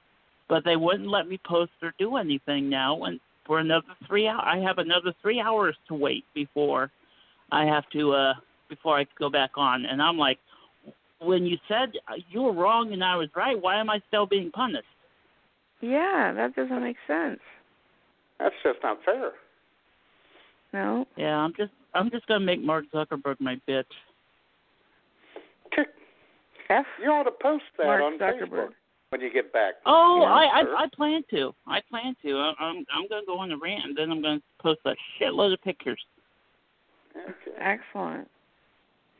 H: but they wouldn't let me post or do anything now. And for another three hours, I have another three hours to wait before I have to uh before I go back on. And I'm like, when you said uh, you were wrong and I was right, why am I still being punished?
B: yeah, that doesn't make sense.
C: That's just not fair.
B: No.
H: Yeah, I'm just I'm just gonna make Mark Zuckerberg my bitch.
B: F
C: You ought to post that
B: Mark
C: on
B: Zuckerberg.
C: Facebook when you get back.
H: Oh,
C: Yeah,
H: I,
C: sure.
H: I I plan to. I plan to. I, I'm I'm gonna go on a rant and then I'm gonna post a shitload of pictures.
C: Okay.
B: Excellent.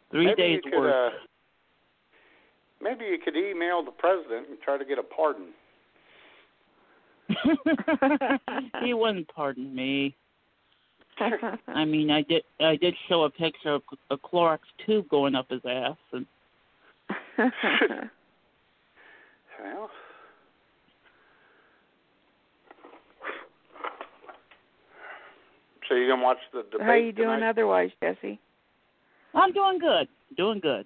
H: Three
C: maybe
H: days
C: you could,
H: worth.
C: uh, maybe you could email the president and try to get a pardon.
H: he wouldn't pardon me. I mean, I did I did show a picture of a Clorox tube going up his ass, and
C: Well, so you gonna watch the debate?
B: How are you doing
C: tonight?
B: otherwise, Jesse?
H: I'm doing good, doing good.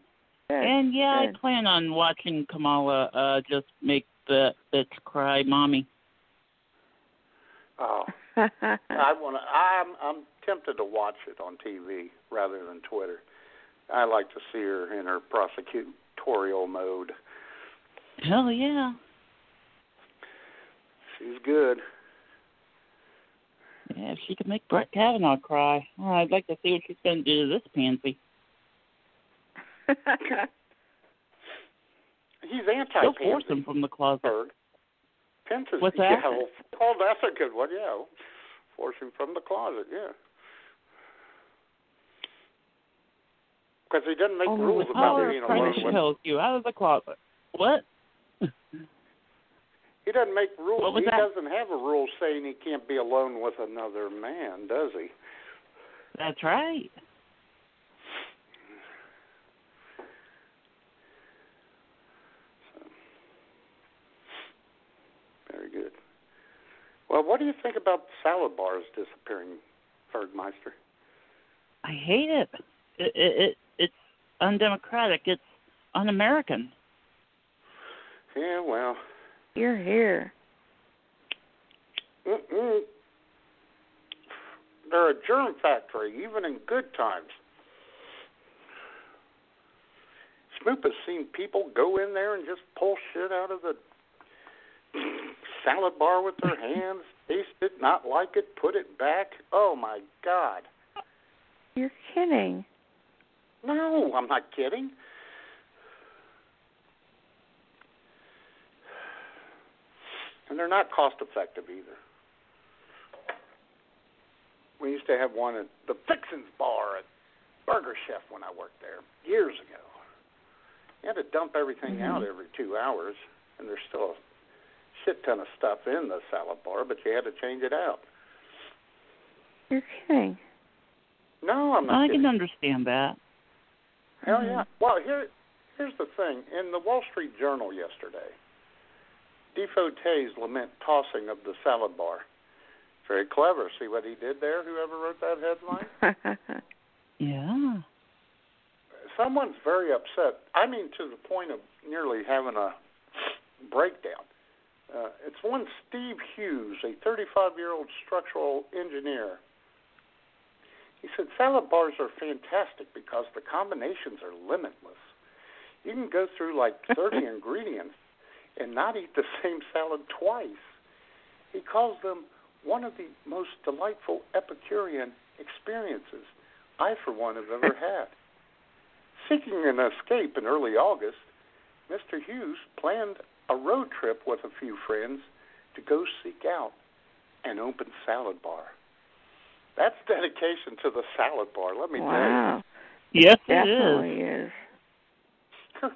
B: Good.
H: and yeah,
B: good.
H: I plan on watching Kamala uh just make the bitch cry, mommy.
C: Oh, I wanna. I'm I'm tempted to watch it on TV rather than Twitter. I like to see her in her prosecutorial mode.
H: Hell yeah.
C: She's good.
H: Yeah, if she could make Brett Kavanaugh cry, oh, I'd like to see what she's going to do to this pansy.
C: He's anti
H: She'll force him from the closet.
C: Pence is
H: What's
C: yeah,
H: that?
C: well, Oh, that's a good one. Yeah, force him from the closet. Yeah, because he doesn't make
H: Only
C: rules
H: the
C: about
H: power
C: being
H: of
C: alone.
H: Oh, Christ Tells you out of the closet. What?
C: He doesn't make rules.
H: What was
C: he
H: that?
C: doesn't have a rule saying he can't be alone with another man, does he?
H: That's right.
C: Very good. Well, what do you think about salad bars disappearing, Bergmeister?
H: I hate it. It, it, it it's undemocratic. It's un-American.
C: Yeah, well,
B: You're here.
C: mm-mm. they're a germ factory, even in good times. Snoop has seen people go in there and just pull shit out of the salad bar with their hands, taste it, not like it, put it back. Oh my God!
B: You're kidding.
C: No, I'm not kidding. And they're not cost effective either. We used to have one at the Fixins Bar at Burger Chef when I worked there years ago. You had to dump everything
A: Mhm.
C: out every two hours, and there's still a shit ton of stuff in the salad bar, but you had to change it out.
B: You're kidding.
C: No, I'm not
H: I
C: kidding.
H: can understand that. Mm-hmm.
C: Hell yeah. Well, here, here's the thing. In the Wall Street Journal yesterday, devotees lament tossing of the salad bar. Very clever. See what he did there? Whoever wrote that headline?
H: Yeah.
C: Someone's very upset. I mean, to the point of nearly having a breakdown. Uh, it's one Steve Hughes, a 35 year old structural engineer. He said salad bars are fantastic because the combinations are limitless. You can go through like 30 ingredients and not eat the same salad twice. He calls them one of the most delightful Epicurean experiences I, for one, have ever had. Seeking an escape in early August, Mr. Hughes planned a road trip with a few friends to go seek out an open salad bar. That's dedication to the salad bar, let me
B: Wow.
H: Yes, it
B: Definitely
H: is.
B: is.
C: tell you.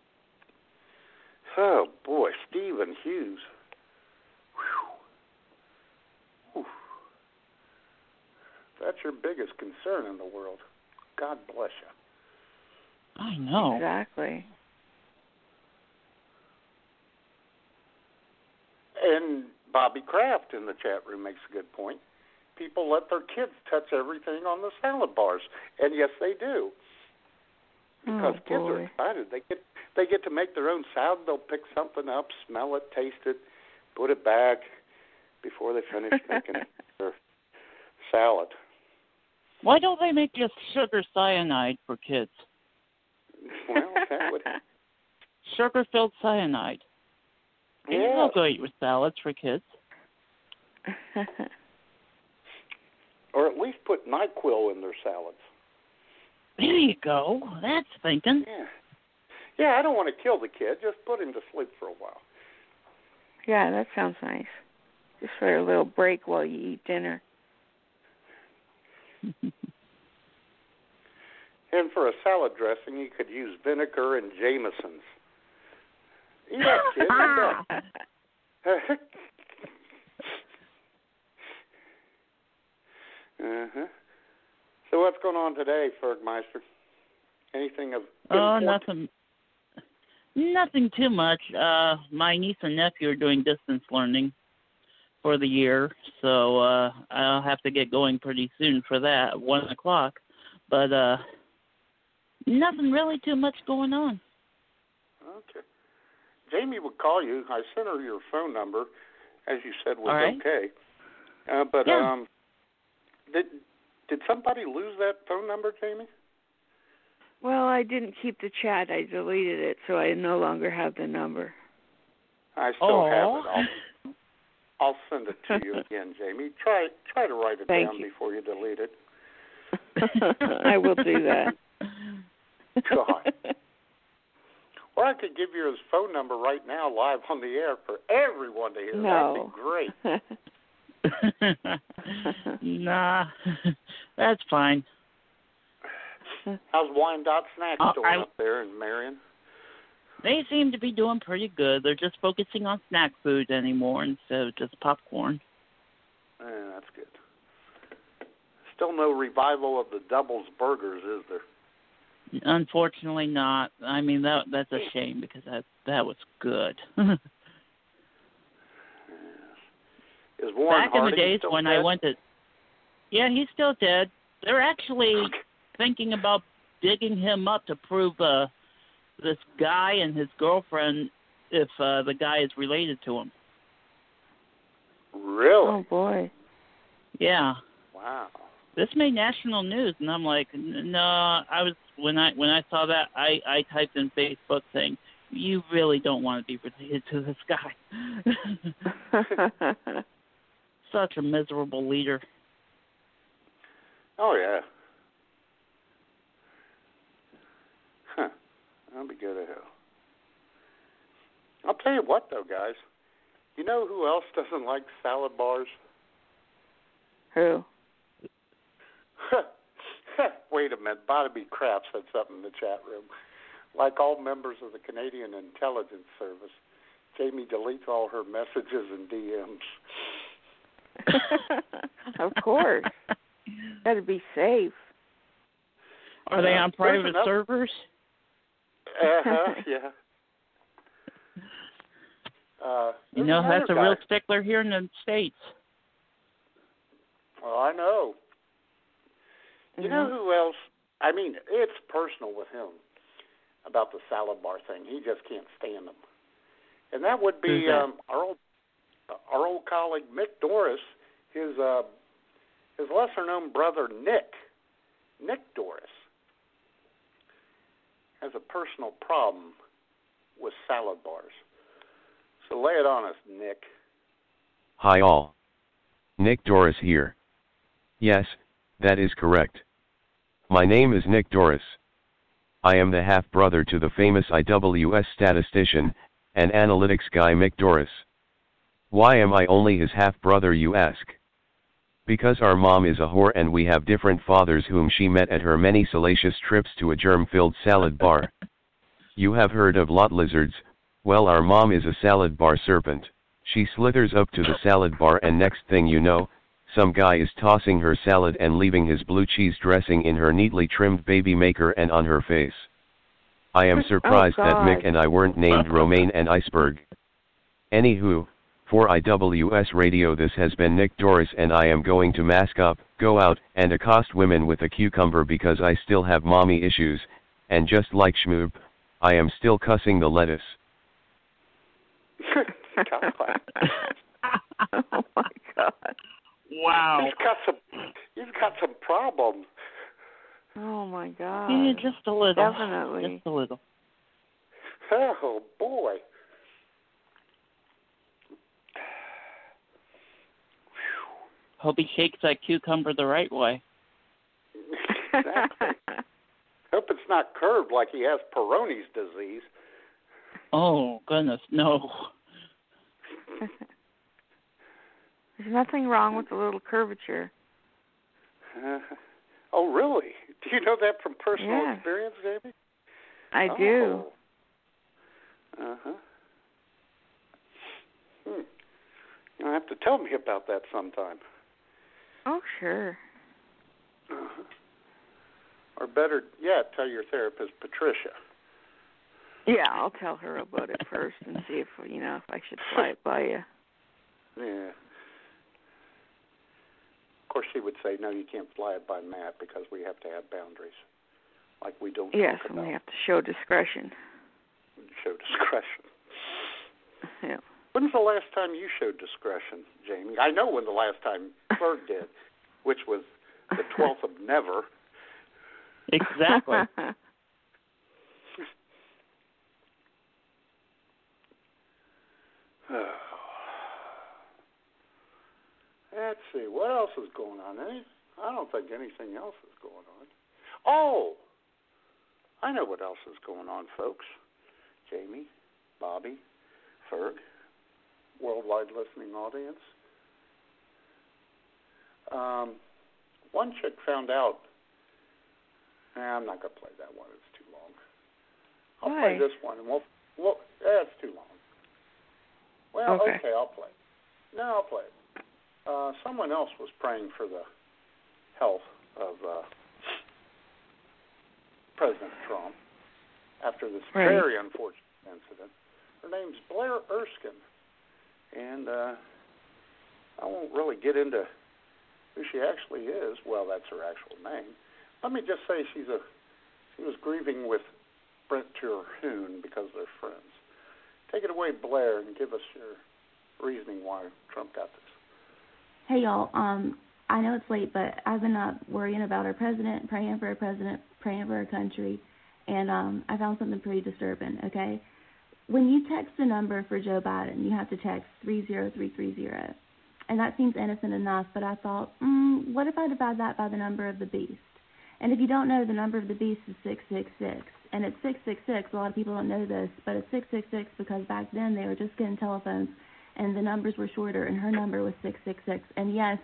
C: oh, boy, Stephen Hughes. Whew. Oof. That's your biggest concern in the world. God bless you.
H: I
B: Oh.
H: know.
B: Exactly.
C: And Bobby Kraft in the chat room makes a good point. People let their kids touch everything on the salad bars, and yes, they do. Because
B: oh,
C: kids are
B: boy.
C: excited. They get they get to make their own salad. They'll pick something up, smell it, taste it, put it back before they finish making their salad.
H: Why don't they make just sugar cyanide for kids?
C: Well, that would
H: Sugar filled cyanide. You can
C: yeah.
H: still go eat with salads for kids.
C: Or at least put Nyquil in their salads.
H: There you go. That's thinking.
C: Yeah. Yeah, I don't want to kill the kid. Just put him to sleep for a while.
B: yeah, that sounds nice. Just for a little break while you eat dinner.
C: And for a salad dressing, you could use vinegar and Jameson's. Eat up, kid. Eat up. uh-huh. So what's going on today, Fergmeister? Anything of
H: Oh,
C: import?
H: nothing. Nothing too much. Uh, my niece and nephew are doing distance learning for the year, so uh, I'll have to get going pretty soon for that, one o'clock. But uh, nothing really too much going on.
C: Okay. Jamie would call you. I sent her your phone number, as you said was
H: All right.
C: okay. Uh, but
H: Yeah.
C: um, did did somebody lose that phone number, Jamie?
B: Well, I didn't keep the chat. I deleted it, so I no longer have the number.
C: I still have it. I'll, I'll send it to you again, Jamie. Try try to write it
B: Thank
C: down
B: you.
C: before you delete it.
B: I will do that.
C: God. Or I could give you his phone number right now, live on the air, for everyone to hear. That'd
B: Oh.
H: No.
C: be great.
H: nah, that's fine.
C: How's Wyandotte Snacks
H: Uh,
C: doing
H: I-
C: up there in Marion?
H: They seem to be doing pretty good. They're just focusing on snack food anymore instead of just popcorn.
C: Eh, that's good. Still no revival of the Doubles Burgers, is there?
H: Unfortunately, not. I mean that that's a shame because that that was good.
C: Is Warren
H: Back in the
C: Harding
H: days
C: still
H: when I
C: dead?
H: went to, yeah, he's still dead. They're actually thinking about digging him up to prove uh, this guy and his girlfriend if uh, the guy is related to him.
C: Really?
B: Oh boy.
H: Yeah.
C: Wow.
H: this made national news and i'm like n- no i was when i when i saw that i i typed in facebook saying you really don't want to be related to this guy such a miserable leader
C: Oh yeah. Huh. I'll be good at hell. I'll tell you what though, guys. You know who else doesn't like salad bars?
B: Who?
C: Wait a minute, Bobby Kraft said something in the chat room. Like all members of the Canadian Intelligence Service, Jamie deletes all her messages and DMs.
B: of course. Got to be safe.
H: are they
C: Uh,
H: on
C: there's
H: private
C: another-
H: servers
C: Uh-huh, yeah. Uh,
H: you
C: there's
H: know that's
C: another
H: a real
C: guy-
H: stickler here in the states
C: Well, I know. You know
A: Mm-hmm.
C: who else? I mean, it's personal with him about the salad bar thing. He just can't stand them. And that would be
A: Who's that?
C: um, our old our old colleague Mick Doris, his uh, his lesser known brother Nick. Nick Doris has a personal problem with salad bars. So lay it on us, Nick.
I: Hi all. Nick Doris here. Yes, that is correct. My name is Nick Doris. I am the half brother to the famous IWS statistician and analytics guy Mick Doris. Why am I only his half brother, you ask? Because our mom is a whore and we have different fathers whom she met at her many salacious trips to a germ filled salad bar. you have heard of lot lizards, well, our mom is a salad bar serpent. She slithers up to the salad bar, and next thing you know, some guy is tossing her salad and leaving his blue cheese dressing in her neatly trimmed baby maker and on her face. I am
B: Oh,
I: surprised that
J: God.
I: Mick and I weren't named Romaine and Iceberg. Anywho, for IWS Radio, this has been Nick Doris, and I am going to mask up, go out, and accost women with a cucumber because I still have mommy issues, and just like Schmoop, I am still cussing the lettuce.
B: oh my god.
H: Wow.
C: He's got some he's got some problems.
B: Oh my god.
H: yeah, just a little
B: Definitely.
H: just a little
C: Oh boy.
H: hope he shakes that cucumber the right way
C: Exactly. Hope it's not curved like he has Peyronie's disease.
H: oh goodness no
B: There's nothing wrong with a little curvature.
C: Uh, oh really? Do you know that from personal
B: Yeah.
C: experience, Jamie?
B: I
C: Oh.
B: do.
C: Uh huh. Hmm. You'll have to tell me about that sometime.
B: Oh sure.
C: Uh-huh. Or better yet, tell your therapist Patricia.
B: Yeah, I'll tell her about it first and see if you know if I should fly it by you.
C: Yeah. Of course, she would say, no, you can't fly it by map because we have to have boundaries. Like we don't
B: Yes,
C: talk
B: and
C: about
B: we have to show discretion.
C: show discretion.
B: Yeah.
C: When's the last time you showed discretion, Jamie? I know when the last time Bird did, which was the 12th of never.
H: exactly
C: Let's see, what else is going on? Any, I don't think anything else is going on. Oh, I know what else is going on, folks. Jamie, Bobby, Ferg, worldwide listening audience. Um, one chick found out. Eh, I'm not gonna play that one. It's too long. I'll
B: Why?
C: play this one, and we'll. Well, eh, it's too long. Well,
B: Okay.
C: I'll play. it. No, I'll play. it. Uh, someone else was praying for the health of uh, President Trump after this
B: Right.
C: very unfortunate incident. Her name's Blair Erskine, and uh, I won't really get into who she actually is. Well, that's her actual name. Let me just say she's a she was grieving with Brent Terhune because they're friends. Take it away, Blair, and give us your reasoning why Trump got this.
J: Hey y'all, um, I know it's late, but I've been up worrying about our president, praying for our president, praying for our country, and um, I found something pretty disturbing. Okay, when you text the number for Joe Biden, you have to text three zero three three zero, and that seems innocent enough. But I thought, mm, what if I divide that by the number of the beast? And if you don't know, the number of the beast is six six six, and it's six six six. A lot of people don't know this, but it's six six six because back then they were just getting telephones and the numbers were shorter, and her number was 666. And yes,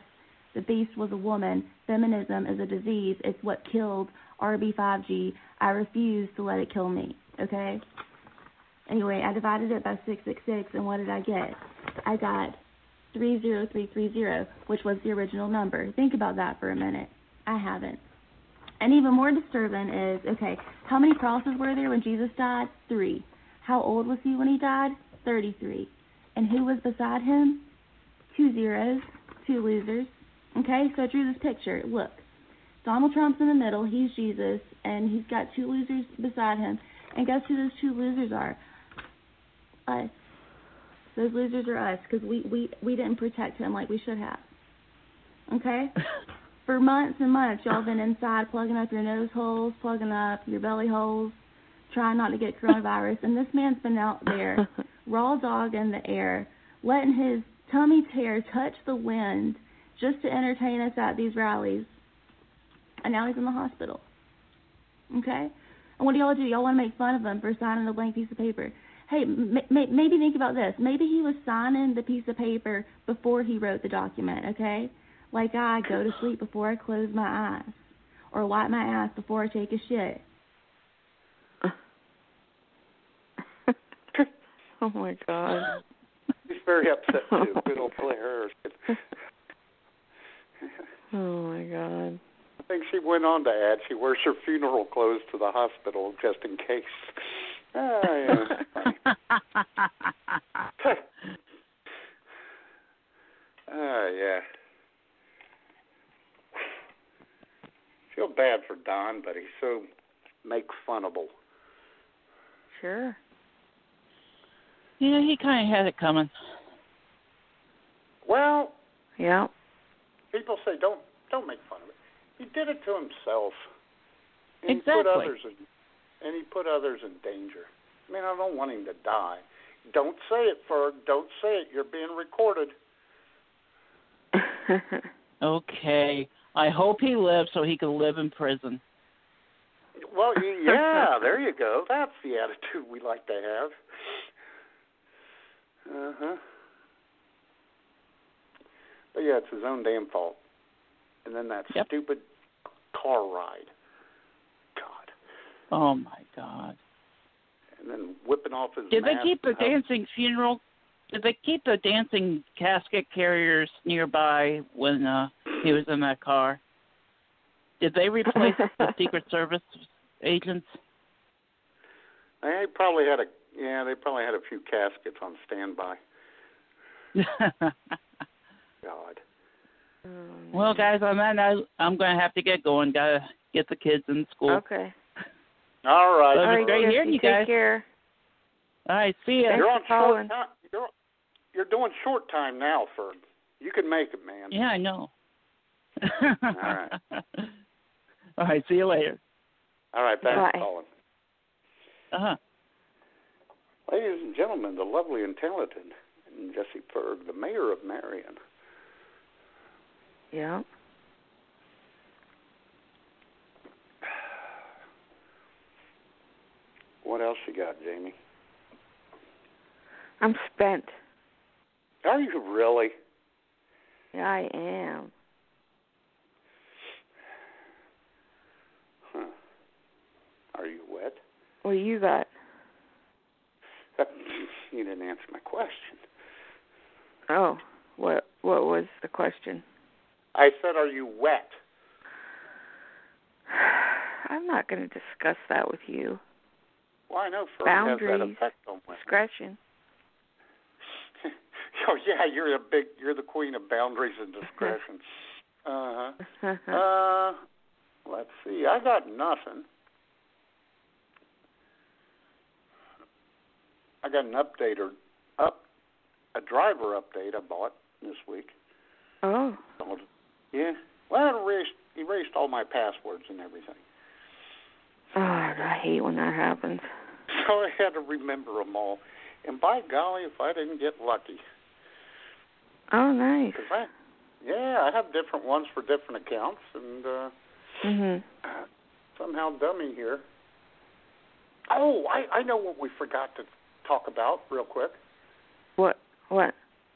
J: the beast was a woman. Feminism is a disease. It's what killed RB5G. I refuse to let it kill me, okay? Anyway, I divided it by 666, and what did I get? I got 30330, which was the original number. Think about that for a minute. I haven't. And even more disturbing is okay, how many crosses were there when Jesus died? Three. How old was he when he died? 33. And who was beside him? Two zeros, two losers. Okay, so I drew this picture. Look, Donald Trump's in the middle. He's Jesus, and he's got two losers beside him. And guess who those two losers are? Us. Those losers are us because we, we, we didn't protect him like we should have. Okay? For months and months, y'all been inside plugging up your nose holes, plugging up your belly holes, trying not to get coronavirus. And this man's been out there raw dog in the air, letting his tummy tear touch the wind just to entertain us at these rallies. And now he's in the hospital. Okay? And what do y'all do? Y'all want to make fun of him for signing a blank piece of paper. Hey, m- m- maybe think about this. Maybe he was signing the piece of paper before he wrote the document, okay? Like I go to sleep before I close my eyes, or wipe my ass before I take a shit.
B: Oh my God.
C: He's very upset too. Good old Blair Erskine.
B: Oh my God.
C: I think she went on to add she wears her funeral clothes to the hospital just in case. Ah, yeah, that's funny. Ah, yeah. Feel bad for Don, but he's so make funnable.
B: Sure.
H: You know, he kind of had it coming.
C: Well,
B: Yeah.
C: people say don't don't make fun of it. He did it to himself. And He put
H: Exactly.
C: others in, and he put others in danger. I mean, I don't want him to die. Don't say it, Ferg. Don't say it. You're being recorded.
H: Okay. I hope he lives so he can live in prison.
C: Well, y- yeah, there you go. That's the attitude we like to have. Uh huh. But yeah, it's his own damn fault. And then that stupid car ride. God.
H: Oh my God.
C: And then whipping off his.
H: Did they
C: mask
H: keep the
C: and how-
H: dancing funeral? Did they keep the dancing casket carriers nearby when uh, he was in that car? Did they replace the Secret Service agents?
C: They probably had a yeah, they probably had a few caskets on standby. God.
H: Well, guys, on that note, I'm going to have to get going. Got to get the kids in school.
B: Okay.
C: All right.
H: All right, great hearing you guys.
B: care.
H: All right, see ya.
C: You're on short time. You're you're doing short time now, Ferg. You can make it, man.
H: Yeah, I know.
C: All right.
H: All right, see you later.
C: All right. Thanks,
H: Bye.
C: Colin.
H: Uh huh.
C: Ladies and gentlemen, the lovely and talented Jesse Ferg, the mayor of Marion.
B: Yeah.
C: What else you got, Jamie?
B: I'm spent.
C: Are you really?
B: Yeah, I am.
C: Huh. Are you wet?
B: Well, you got
C: you didn't answer my question.
B: oh, what what was the question?
C: I said, are you wet?
B: I'm not going to discuss that with you.
C: Well, I know fur has that
B: Boundaries.
C: effect on women.
B: Discretion.
C: oh yeah, you're a big, you're the queen of boundaries and discretion. uh huh. Uh, let's see. I got nothing. I got an updater up a driver update I bought this week.
B: Oh.
C: Called- Yeah. Well, it erased erased all my passwords and everything.
B: Oh, I hate when that happens.
C: So I had to remember them all. And by golly, if I didn't get lucky,
B: Oh, nice.
C: 'cause I, yeah, I have different ones for different accounts, and uh,
B: Mhm.
C: somehow dummy here. Oh, I I know what we forgot to talk about real quick.
B: What? What?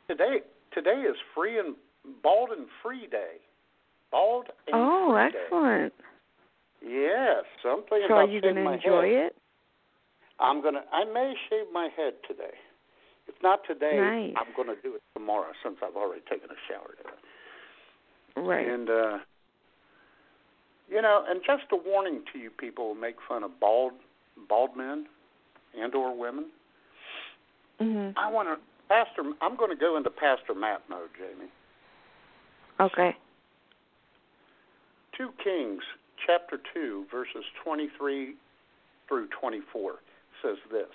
C: Today today is free and bald and free day. Bald and
B: Oh,
C: free
B: excellent.
C: day. Yes, something.
B: So are you going to enjoy it?
C: I'm gonna. I may shave my head today. If not today,
B: Nice.
C: I'm gonna do it tomorrow since I've already taken a shower today.
B: Right.
C: And uh you know, and just a warning to you people who make fun of bald bald men and or women.
B: Mhm.
C: I want to pastor. I'm going to go into pastor Matt mode, Jamie.
B: Okay.
C: Two Kings chapter two verses 23 through 24 says this.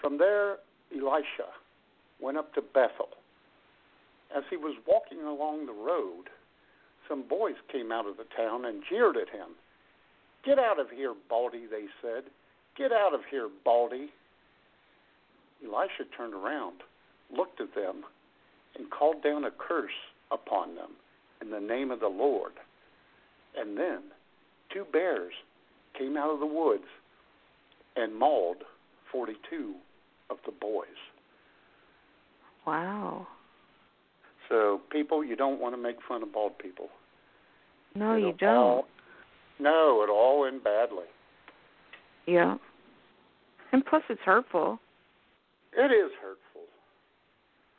C: From there, Elisha went up to Bethel. As he was walking along the road, some boys came out of the town and jeered at him. Get out of here, Baldy, they said. Get out of here, Baldy. Elisha turned around, looked at them, and called down a curse upon them in the name of the Lord. And then two bears came out of the woods and mauled 42 of the boys.
B: Wow.
C: So, people, you don't want to make fun of bald people.
B: No,
C: It'll
B: you don't.
C: all- no, it all end badly.
B: Yeah. And plus, it's hurtful.
C: It is hurtful.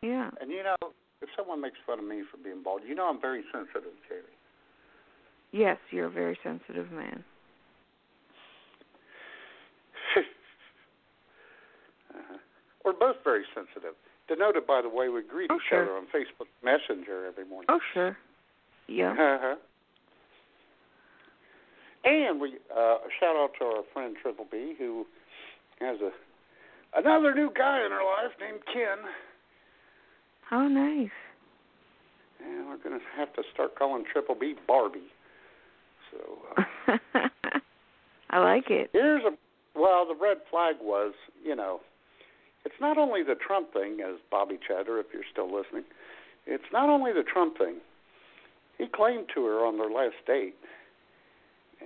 B: Yeah.
C: And, you know, if someone makes fun of me for being bald, you know I'm very sensitive, Jerry.
B: Yes, you're a very sensitive man.
C: Uh-huh. We're both very sensitive. Denoted by the way we greet
B: Oh,
C: each
B: sure.
C: other on Facebook Messenger every morning.
B: Oh, sure. Yeah.
C: Uh-huh. And we uh, shout out to our friend Triple B who has a another new guy in her life named Ken.
B: Oh, nice.
C: And we're gonna have to start calling Triple B Barbie. So uh,
B: I like it.
C: here's a well, the red flag was, you know, it's not only the Trump thing, as Bobby Chatter, if you're still listening, it's not only the Trump thing. He claimed to her on their last date,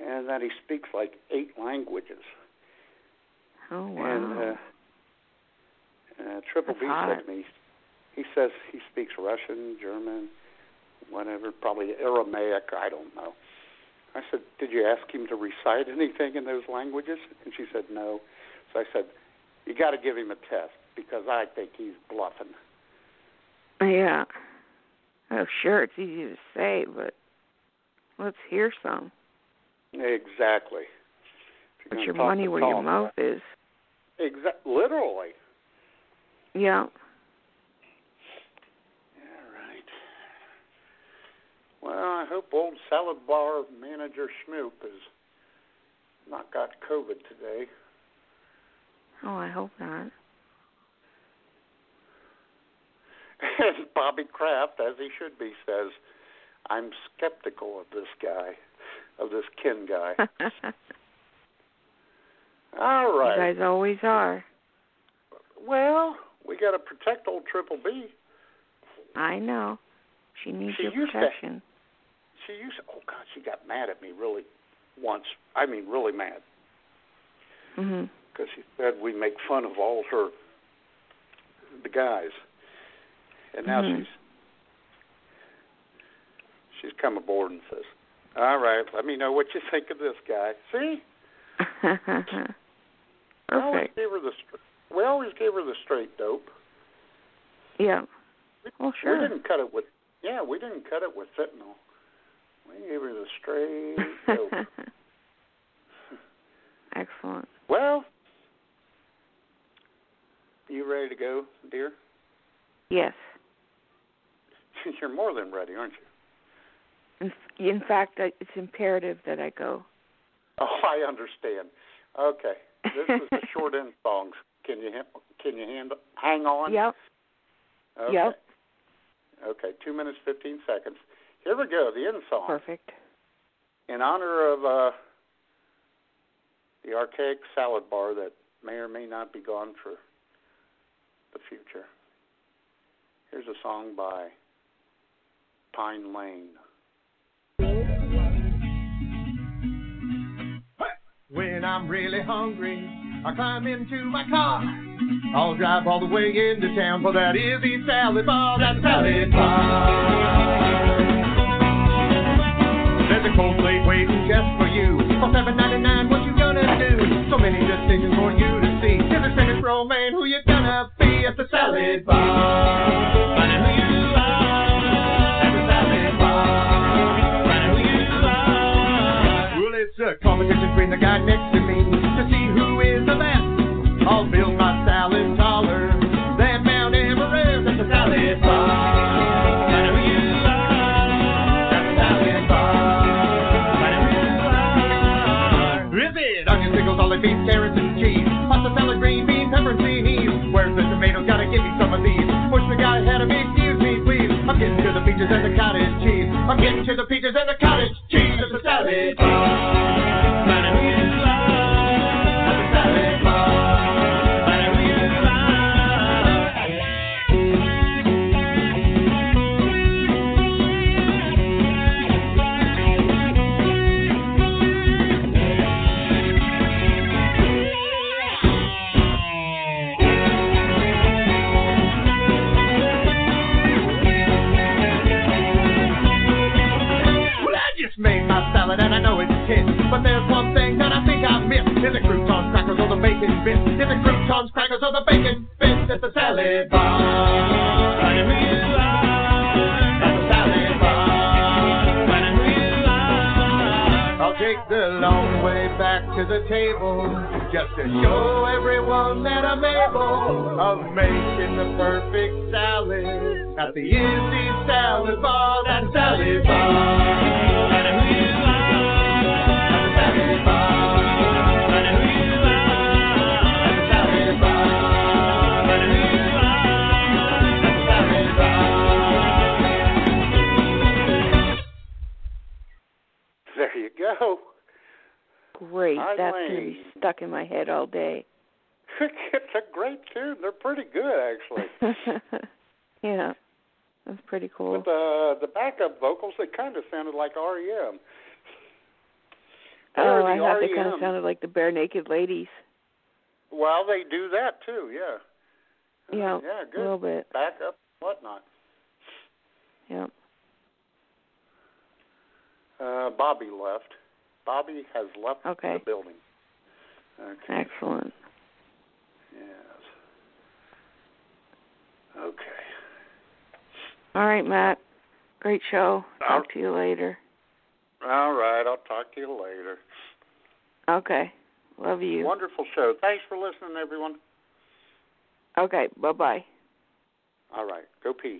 C: and that he speaks like eight languages.
B: Oh,
C: And
B: wow.
C: uh, uh, Triple
B: That's
C: B
B: hot.
C: sent me. He says he speaks Russian, German, whatever, probably Aramaic. I don't know. I said, "Did you ask him to recite anything in those languages?" And she said, "No." So I said, "You got to give him a test because I think he's bluffing." uh,
B: yeah. Oh, sure. It's easy to say, but let's hear some.
C: Exactly.
B: Put
C: If you're gonna
B: your
C: talk
B: money
C: the
B: where your
C: talk.
B: mouth is.
C: Exact. Literally.
B: Yeah.
C: All right. Well, I hope old salad bar manager Schmoop has not got COVID today.
B: Oh, I hope not.
C: And Bobby Kraft, as he should be, says, I'm skeptical of this guy, of this Ken guy. All right.
B: You guys always are.
C: Well, we got to protect old Triple B.
B: I know. She needs
C: She
B: your
C: used to-
B: protection.
C: She used oh god, she got mad at me really once. I mean really mad
B: Mhm.
C: because she said we make fun of all her the guys, and now
B: Mhm.
C: she's she's come aboard and says, "All right, let me know what you think of this guy." See, I always
B: Perfect.
C: gave her the str- we always gave her the straight dope.
B: Yeah. Well,
C: We
B: sure.
C: didn't cut it with yeah, we didn't cut it with fentanyl. We gave her the straight dope.
B: Excellent.
C: well, you ready to go, dear?
B: Yes.
C: You're more than ready, aren't you?
B: In, in fact, I, it's imperative that I go.
C: Oh, I understand. Okay, this is the short end songs. Can you ha- can you hand, hang on?
B: Yep.
C: Okay.
B: Yep.
C: Okay, two minutes fifteen seconds. Here we go. The end song
B: Perfect.
C: in honor of uh, the archaic salad bar that may or may not be gone for the future. Here's a song by Pine Lane.
G: When I'm really hungry, I climb into my car. I'll drive all the way into town for that Izzy salad bar. That salad bar. There's a cold plate waiting just for you. For seven ninety nine, what you gonna do? So many destinations for you to see. Here's a finished romaine. Who you gonna be at the salad bar? Finding who you are at the salad bar. Finding who you are. Well, it's a competition between the guy next to me to see who is the best. I'll build my salad taller than Mount Everest at the salad bar. Find who you are at the salad bar. Find who you are. Ribbit, onion, pickles, olive beef, carrots, and cheese. Pasta salad, green bean, pepper, and zucchini. Where's the tomatoes? Gotta give me some of these. Push the guy ahead of me, excuse me, please. I'm getting to the peaches and the cottage cheese. I'm getting to the peaches and the cottage cheese at the salad bar. Find who you are at the salad bar. Find who you are. Well, I just made my salad and I know it's hit. But there's one thing that I think I missed. Is the croutons, crackers, or the bacon bits? Is the croutons, crackers, or the bacon bits? At the salad bar. Find who you are at the salad bar. Find who you are. I'll take the long way back to the table just to show everyone that I'm able of making the perfect salad at the Izzy Salad Bar. That salad bar. Find who you are at the salad bar. Find who you are at the salad bar. Find who you are at the salad bar.
C: There you go.
B: Great.
C: Hi,
B: That's going to be
C: Lane.
B: stuck in my head all day.
C: it's a great tune. They're pretty good, actually.
B: yeah. That's pretty cool.
C: With the the backup vocals, they kind of sounded like E REM. They're
B: oh, I
C: the E
B: thought
C: REM.
B: they kind of sounded like the Bare Naked Ladies.
C: Well, they do that too. Yeah. Uh,
B: Yeah.
C: Yeah.
B: A
C: Good.
B: little bit.
C: Backup, whatnot.
B: Yeah.
C: Uh, Bobby left. Bobby has left
B: Okay.
C: the building. Okay.
B: Excellent.
C: Yes. Okay.
B: All right, Matt. Great show.
C: All-
B: Talk to you later.
C: All right. I'll talk to you later.
B: Okay. Love you.
C: Wonderful show. Thanks for listening, everyone.
B: Okay. Bye bye.
C: All right. Go pee.